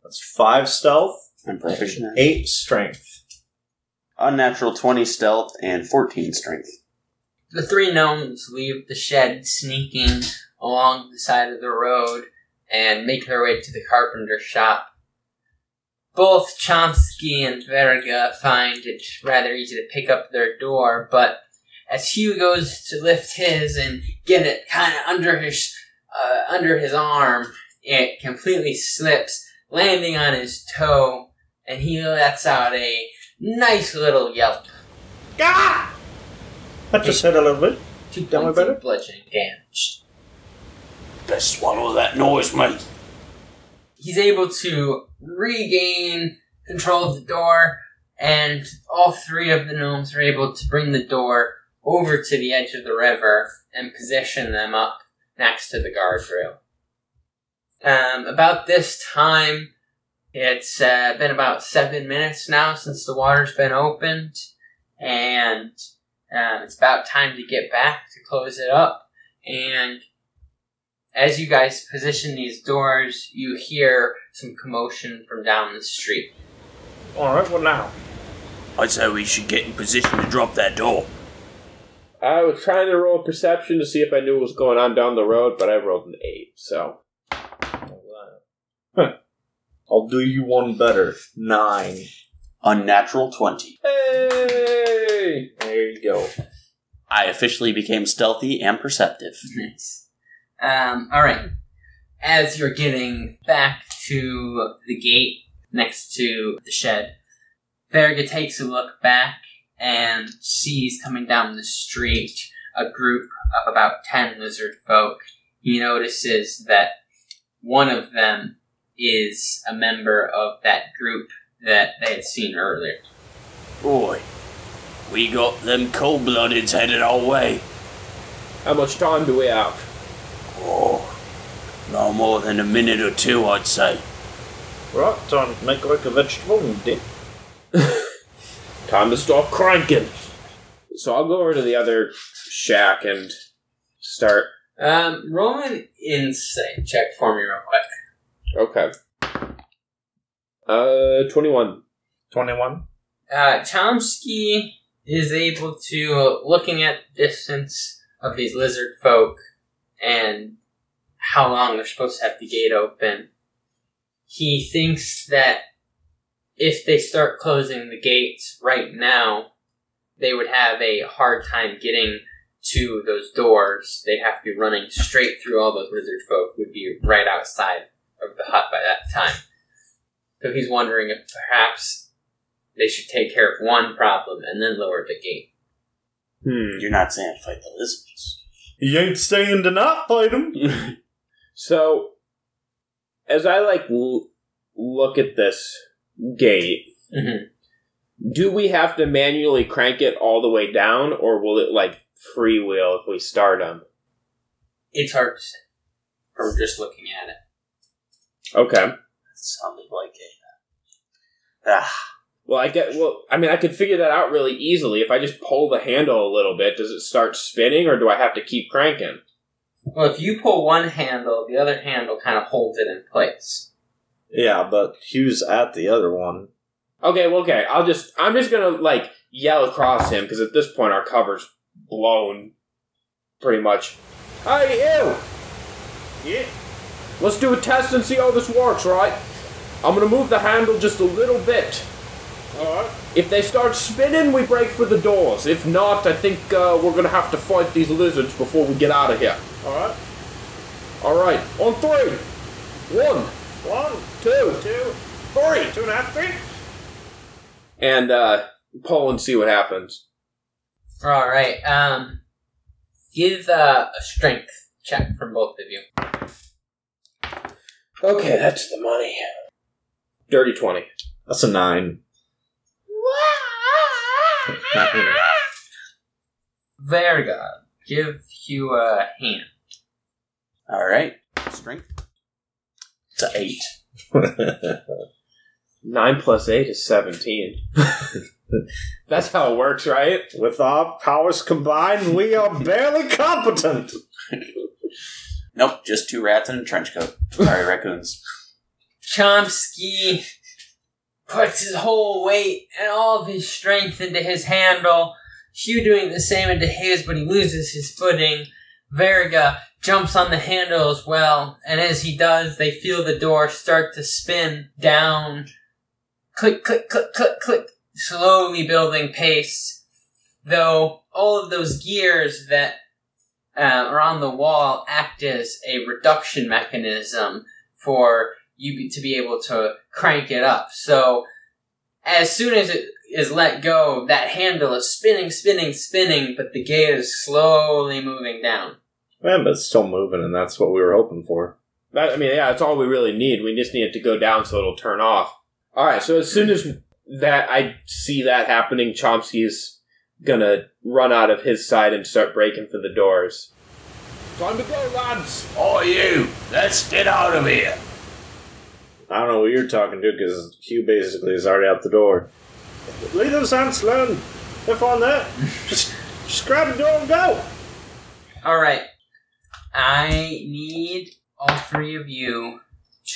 B: That's five stealth,
F: I'm proficient. at it.
B: eight strength.
F: Unnatural 20 stealth and 14 strength.
A: The three gnomes leave the shed sneaking along the side of the road and make their way to the carpenter shop. Both Chomsky and Verga find it rather easy to pick up their door, but as Hugh goes to lift his and get it kind of under his uh, under his arm, it completely slips, landing on his toe, and he lets out a nice little yelp.
B: That just hit a little bit.
A: Two
B: Don't worry
A: points
B: about
A: of bludgeoning damage.
C: Better swallow that noise, mate.
A: he's able to regain control of the door, and all three of the gnomes are able to bring the door over to the edge of the river and position them up next to the guardrail. Um, about this time, it's uh, been about seven minutes now since the water's been opened, and um, it's about time to get back to close it up. And as you guys position these doors, you hear some commotion from down the street.
B: All right, well now.
C: I'd say we should get in position to drop that door.
D: I was trying to roll perception to see if I knew what was going on down the road, but I rolled an 8, so.
B: I'll do you one better. Nine.
F: Unnatural 20.
D: Hey!
B: There you go.
F: I officially became stealthy and perceptive.
A: Nice. Um, all right. As you're getting back to the gate next to the shed, Verga takes a look back and sees coming down the street a group of about ten lizard folk. He notices that one of them is a member of that group that they had seen earlier.
C: Boy, we got them cold bloodeds headed our way.
D: How much time do we have?
C: Oh, no more than a minute or two, I'd say.
B: Right, time to make like a vegetable and dip.
D: Time to start cranking. So I'll go over to the other shack and start.
A: Um, roll an insight check for me real quick.
D: Okay. Uh, 21.
B: 21.
A: Uh, Chomsky is able to, looking at the distance of these lizard folk and how long they're supposed to have the gate open, he thinks that if they start closing the gates right now, they would have a hard time getting to those doors. They'd have to be running straight through all those lizard folk, would be right outside of the hut by that time. So he's wondering if perhaps they should take care of one problem and then lower the gate.
D: Hmm.
F: You're not saying fight the lizards.
B: You ain't staying to not fight him.
D: So, as I like l- look at this gate,
A: Mm-hmm.
D: do we have to manually crank it all the way down, or will it like freewheel if we start them?
A: It's hard to say from just looking at it.
D: Okay.
F: That sounded like a. Ah,
D: Well, I get. Well, I mean, I could figure that out really easily if I just pull the handle a little bit. Does it start spinning, or do I have to keep cranking?
A: Well, if you pull one handle, the other handle kind of holds it in place.
B: Yeah, but Hugh's at the other one.
D: Okay, well, okay. I'll just. I'm just gonna like yell across him because at this point our cover's blown, pretty much. Hey, you!
B: Yeah.
D: Let's do a test and see how this works, right? I'm gonna move the handle just a little bit.
B: Alright.
D: If they start spinning, we break for the doors. If not, I think uh, we're gonna have to fight these lizards before we get out of here.
B: Alright.
D: All right, on three. One,
B: One,
D: two,
B: two,
D: three.
B: two and a half, three.
D: And uh, pull and see what happens.
A: All right. Um, give uh, a strength check from both of you.
D: Okay, that's the money. Dirty twenty.
B: That's a nine.
A: Verga, give you a hand.
F: all right. Strength. It's an eight.
D: Nine plus eight is seventeen. that's how it works, right?
B: With our powers combined, we are barely competent.
F: Nope, just two rats and a trench coat. Sorry, raccoons.
A: Chomsky puts his whole weight and all of his strength into his handle. Hugh doing the same into his, but he loses his footing. Verga jumps on the handle as well, and as he does, they feel the door start to spin down. Click, click, click, click, click. Slowly building pace. Though all of those gears that uh, are on the wall act as a reduction mechanism for you be, to be able to crank it up. So as soon as it is let go, that handle is spinning, spinning, spinning, but the gate is slowly moving down.
B: Man, but it's still moving, and that's what we were hoping for.
D: That, I mean, yeah, that's all we really need. We just need it to go down so it'll turn off. All right. So as soon as that I see that happening, Chomsky's gonna run out of his side and start breaking for the doors.
G: Time to go, lads.
C: Or Oh, you, let's get out of here.
B: I don't know what you're talking to because Hugh basically is already out the door. Leave those ants alone. If on that, just, just grab the door and go.
A: All right. I need all three of you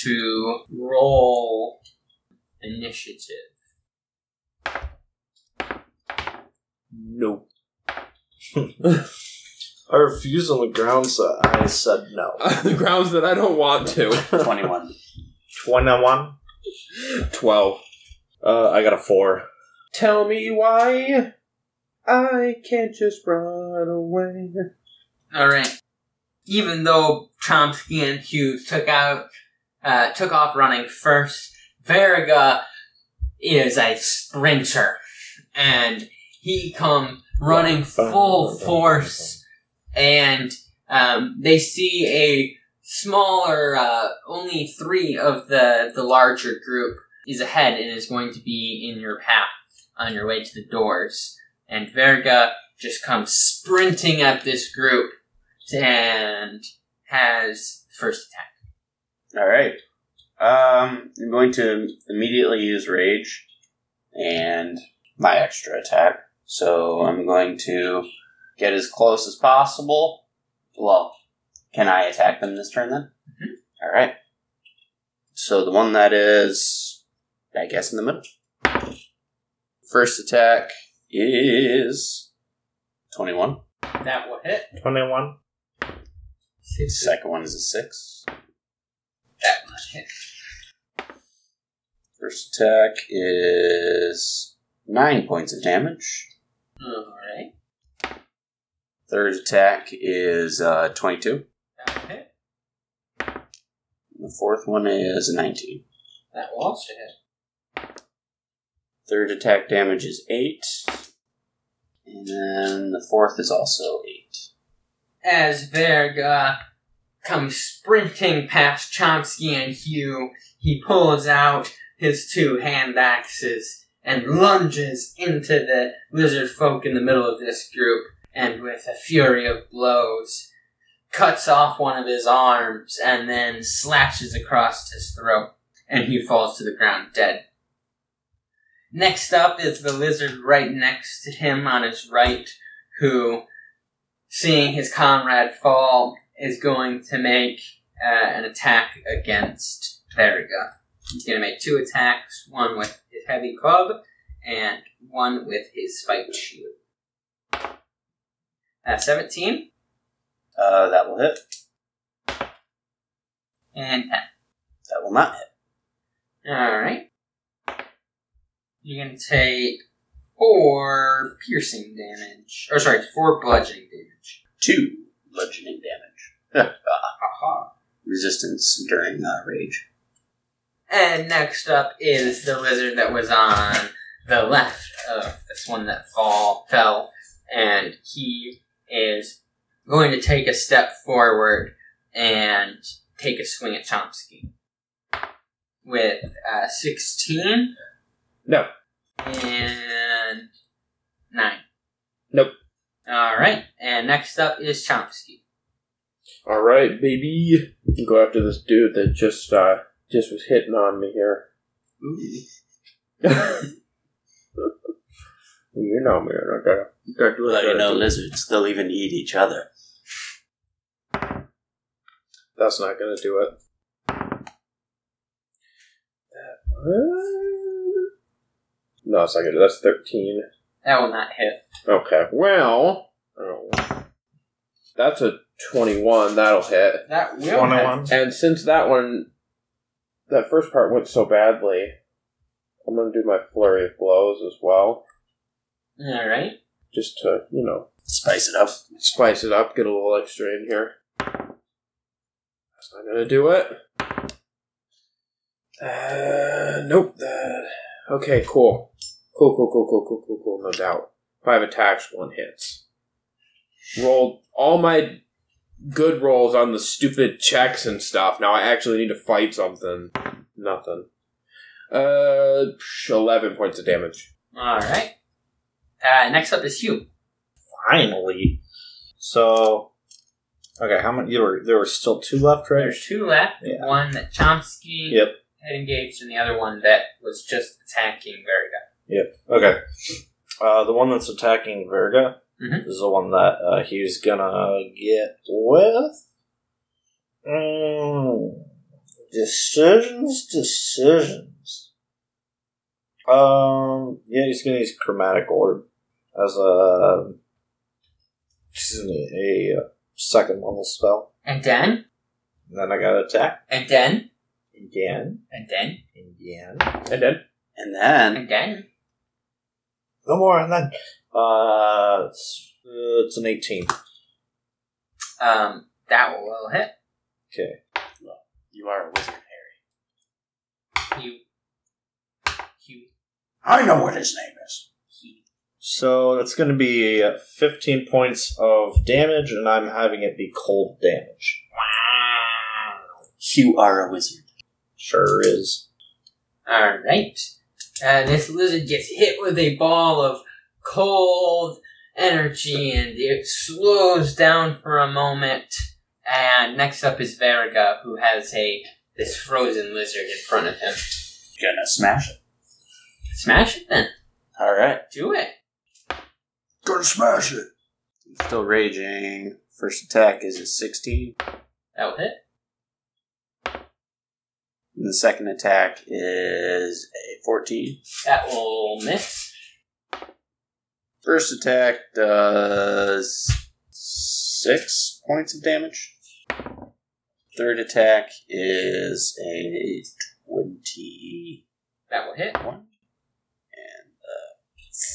A: to roll initiative.
D: Nope.
H: I refuse on the grounds that I said no.
D: the grounds that I don't want to.
F: 21.
B: 21.
D: Twelve.
B: Uh, I got a 4.
D: Tell me why I can't just run away.
A: All right. Even though Chomsky and Hughes took out, uh, took off running first, Verga is a sprinter, and he come running full force, and um, they see a smaller, uh, only three of the the larger group is ahead and is going to be in your path on your way to the doors, and Verga just comes sprinting at this group and has first attack.
F: All right. Um, I'm going to immediately use rage and my extra attack. So I'm going to get as close as possible. Well, can I attack them this turn then? All right. So the one that is, I guess, in the middle. First attack is 21.
A: That will hit.
B: 21.
F: Second one is a 6.
A: That will hit.
F: First attack is 9 points of damage.
A: All right.
F: Third attack is uh, 22. And
A: That will hit.
F: the fourth one is 19.
A: That will also hit.
F: Third attack damage is 8. And then the fourth is also 8.
A: as Verga comes sprinting past Chomsky and Hugh, he pulls out his two hand axes and lunges into the lizard folk in the middle of this group, and with a fury of blows, cuts off one of his arms and then slashes across his throat, and he falls to the ground dead. Next up is the lizard right next to him on his right, who seeing his comrade fall, is going to make uh, an attack against Veriga. He's going to make two attacks one with his heavy club and one with his spiked shield. Uh, 17
F: Uh, that will hit.
A: and
F: That will not hit.
A: 10. Alright. You're going to take four piercing damage. Or, sorry, four bludgeoning damage.
F: Two bludgeoning damage.
A: Aha.
F: Resistance during uh, rage.
A: And next up is the lizard that was on the left of this one that fall fell, and he is going to take a step forward and take a swing at Chomsky with uh, sixteen
D: No.
A: and nine.
D: Nope.
A: All right, and next up is Chomsky.
D: All right, baby. Go after this dude that just uh just was hitting on me here. Mm-hmm. you know me. I gotta, gotta do what I
F: Well, you
D: gotta
F: know,
D: do.
F: lizards, they'll even eat each other.
H: That's not going to do it.
D: No, it's not good. That's 13.
A: That will not hit.
D: Okay. Well, oh, that's a 21. That'll hit.
A: That will
B: One on
A: hit.
B: one.
D: And since that one, that first part went so badly, I'm going to do my flurry of blows as well,
A: All right.
D: just to, you know,
F: Spice it up.
D: spice it up, get a little extra in here. That's not going to do it. Uh, nope. Uh, okay, cool. Cool, cool, cool, cool, cool, cool, cool, no doubt. Five attacks, one hits. Rolled all my good rolls on the stupid checks and stuff. Now I actually need to fight something. Nothing. Uh, psh, 11 points of damage.
A: All right. Uh, next up is Hugh.
B: Finally. So, okay, how many? You were there were still two left, right?
A: There's two left.
B: Yeah.
A: One that Chomsky
B: Yep.
A: had engaged, and the other one that was just attacking Verga.
B: Okay. Uh, the one that's attacking Verga
A: Mhm.
B: is the one that uh, he's gonna get with. Mm. Decisions, decisions. Um, yeah, he's gonna use Chromatic Orb as a excuse me, a uh, second level spell.
A: And then,
B: And then I gotta attack
A: and then,
B: again,
A: and then,
B: again.
D: And then?
F: And then
A: and then.
B: No more, and then uh, it's, uh, it's an eighteen.
A: Um, that will hit.
B: Okay.
F: you are a wizard.
A: Hugh. Hugh.
C: I know what his name is.
A: Hugh.
B: So that's going to be 15 points of damage, and I'm having it be cold damage.
F: You are a wizard.
B: Sure is.
A: All right. Uh, this lizard gets hit with a ball of cold energy, and it slows down for a moment. And next up is Verga, who has a this frozen lizard in front of him.
F: Gonna smash it.
A: Smash it then.
F: All right.
A: Do it.
C: Gonna smash it.
F: Still raging. First attack is a 16.
A: That'll hit.
F: And the second attack is a 14.
A: That will miss.
F: First attack does 6 points of damage. Third attack is a 21.
A: That will hit.
F: And uh,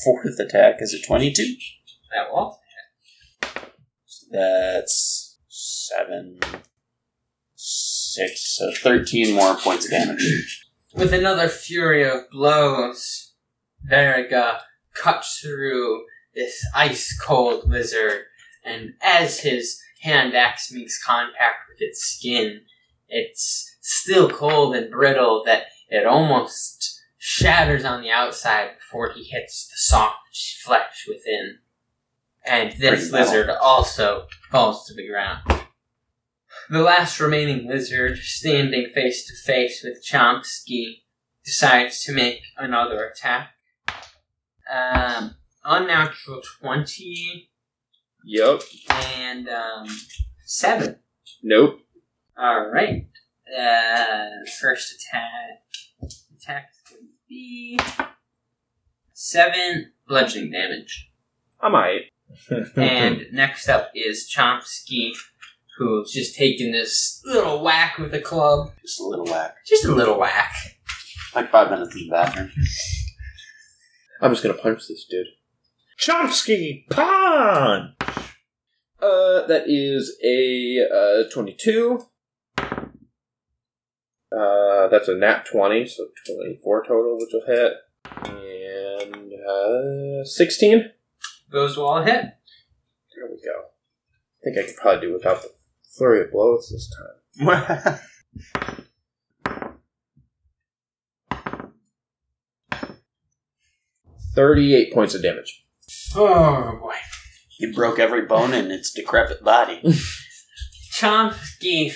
F: fourth attack is a 22.
A: That will. also-
F: That's seven, six, so 13 more points of damage.
A: With another fury of blows, Verga cuts through this ice cold lizard, and as his hand axe makes contact with its skin, it's still cold and brittle that it almost shatters on the outside before he hits the soft flesh within. And this
F: Pretty metal.
A: lizard also falls to the ground. The last remaining lizard, standing face to face with Chomsky, decides to make another attack. Um, unnatural 20
D: Yep.
A: and um, 7.
D: Nope.
A: Alright. Uh, first attack. Attack is going to be 7 bludgeoning damage.
D: I might.
A: and next up is Chomsky, who's just taking this little whack with a club.
F: Just a little whack.
A: Just a little whack.
F: Like five minutes in the bathroom.
D: I'm just going to punch this dude.
B: Chomsky Pond!
D: Uh, that is a uh, 22. Uh, that's a nat 20, so 24 total, which will hit. And uh, 16. There
A: Those will all hit.
D: we go. I think I could probably do without the flurry of blows this time. Thirty-eight points of damage.
A: Oh boy.
F: you broke every bone in its decrepit body.
A: Chomsky,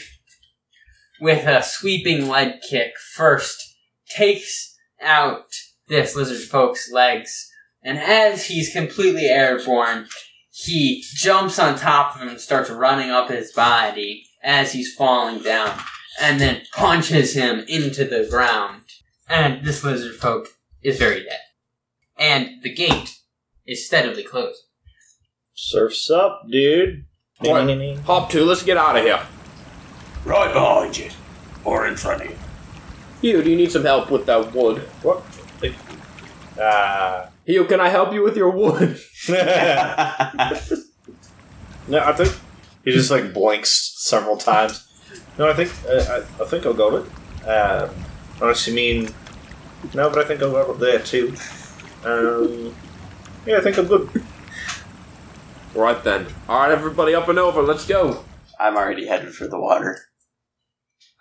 A: with a sweeping leg kick, first takes out this lizard folk's legs, and as he's completely airborne, he jumps on top of him and starts running up his body as he's falling down, and then punches him into the ground. And this lizard folk is very dead. And the gate is steadily closed.
B: Surf's up, dude.
J: What? Hop two, let's get out of here.
C: Right behind you. Or in front of you.
D: Hugh, do you need some help with that wood?
B: What? Uh,
D: Hugh, can I help you with your wood?
B: no, I think
H: He just like blinks several times.
B: no, I think uh, I, I think I'll go with. it. Um, unless you mean no, but I think I'll go with there too. Um, yeah, I think I'm good.
J: Right then. All right, everybody, up and over. Let's go.
F: I'm already headed for the water.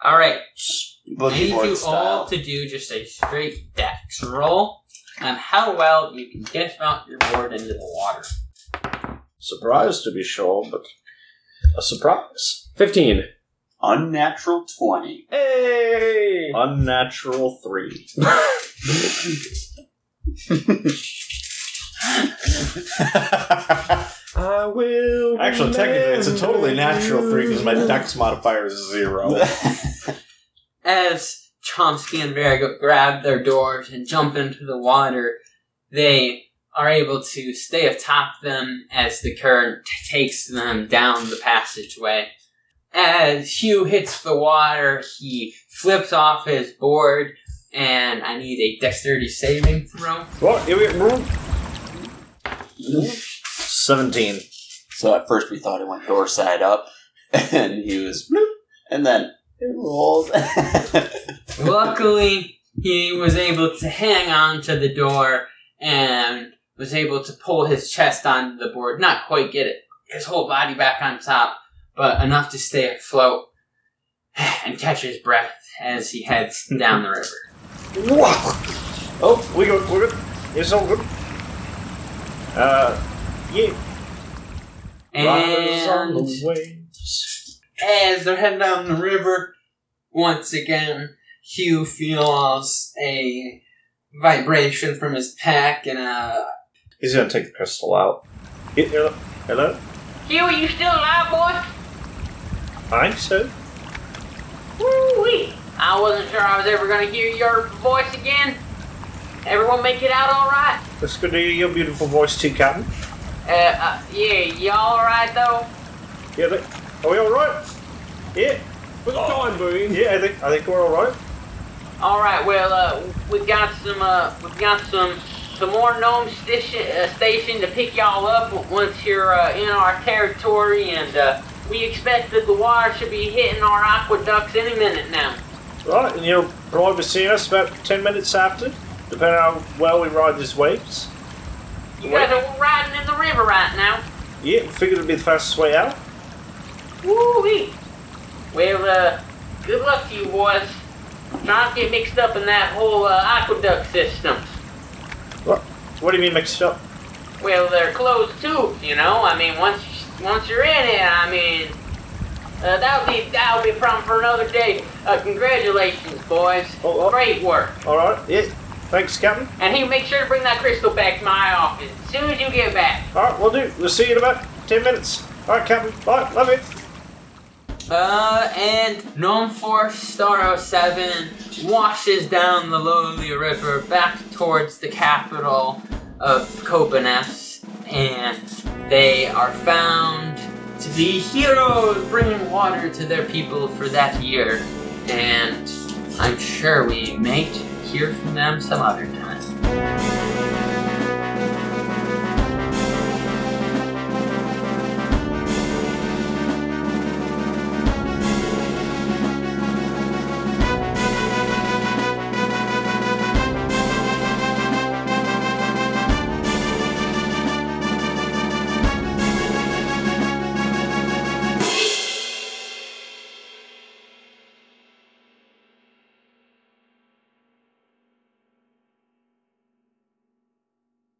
A: All right, I
F: Boogie
A: need you
F: board
A: all
F: style.
A: to do just a straight dex roll on how well you can get out your board into the water.
B: Surprised to be sure, but a surprise.
D: 15.
F: Unnatural 20.
D: Hey!
B: Unnatural three.
D: I will.
H: Actually, technically, it's a totally natural three because my dex modifier is zero.
A: As Chomsky and Vera go grab their doors and jump into the water, they are able to stay atop them as the current takes them down the passageway. As Hugh hits the water, he flips off his board, and I need a dexterity saving throw.
B: What? Here we go. Seventeen.
F: So at first we thought it went door side up, and he was bloop, and then it rolled.
A: Luckily, he was able to hang on to the door and was able to pull his chest onto the board. Not quite get it, his whole body back on top, but enough to stay afloat and catch his breath as he heads down the river.
B: Oh, we good, we're good. It's all good. Uh, yeah. Riders on
A: And
B: the waves.
A: as they're heading down the river, once again, Hugh feels a vibration from his pack and a
B: He's gonna take the crystal out. Yeah, Hello? Hello?
E: Hugh, are you still alive, boy?
B: I think so.
E: Woo-wee. I wasn't sure I was ever gonna hear your voice again. Everyone make it out all right?
B: It's good to hear your beautiful voice too, Captain.
E: Uh, uh yeah, y'all all right though?
B: Yeah, they, are we all right? Yeah. What's going, Boone? Yeah, I think I think we're all right.
E: All right. Well, uh, we've got some, uh, we've got some, some more gnome station, uh, station to pick y'all up w- once you're uh, in our territory, and uh, we expect that the wire should be hitting our aqueducts any minute now.
B: Right, and you'll probably see us about ten minutes after, depending on how well we ride these waves.
E: You guys are riding in the river right now.
B: Yeah, we figured it'd be the fastest way out.
E: Woo-wee. Well, uh, good luck to you boys. Trying to get mixed up in that whole uh, aqueduct system.
B: What? What do you mean mixed up?
E: Well, they're closed tubes, you know. I mean, once you, once you're in it, I mean, uh, that'll be that'll be a problem for another day. Uh, congratulations, boys.
B: Oh, oh.
E: Great work.
B: All right. Yeah. Thanks, Captain.
E: And he make sure to bring that crystal back to my office as soon as you get back.
B: All right, we'll do. We'll see you in about ten minutes. All right, Captain. Bye. Love you.
A: Uh, and Gnome Force Star 07 washes down the lowly river back towards the capital of Copenhagen, and they are found to be heroes bringing water to their people for that year. And I'm sure we may hear from them some other time.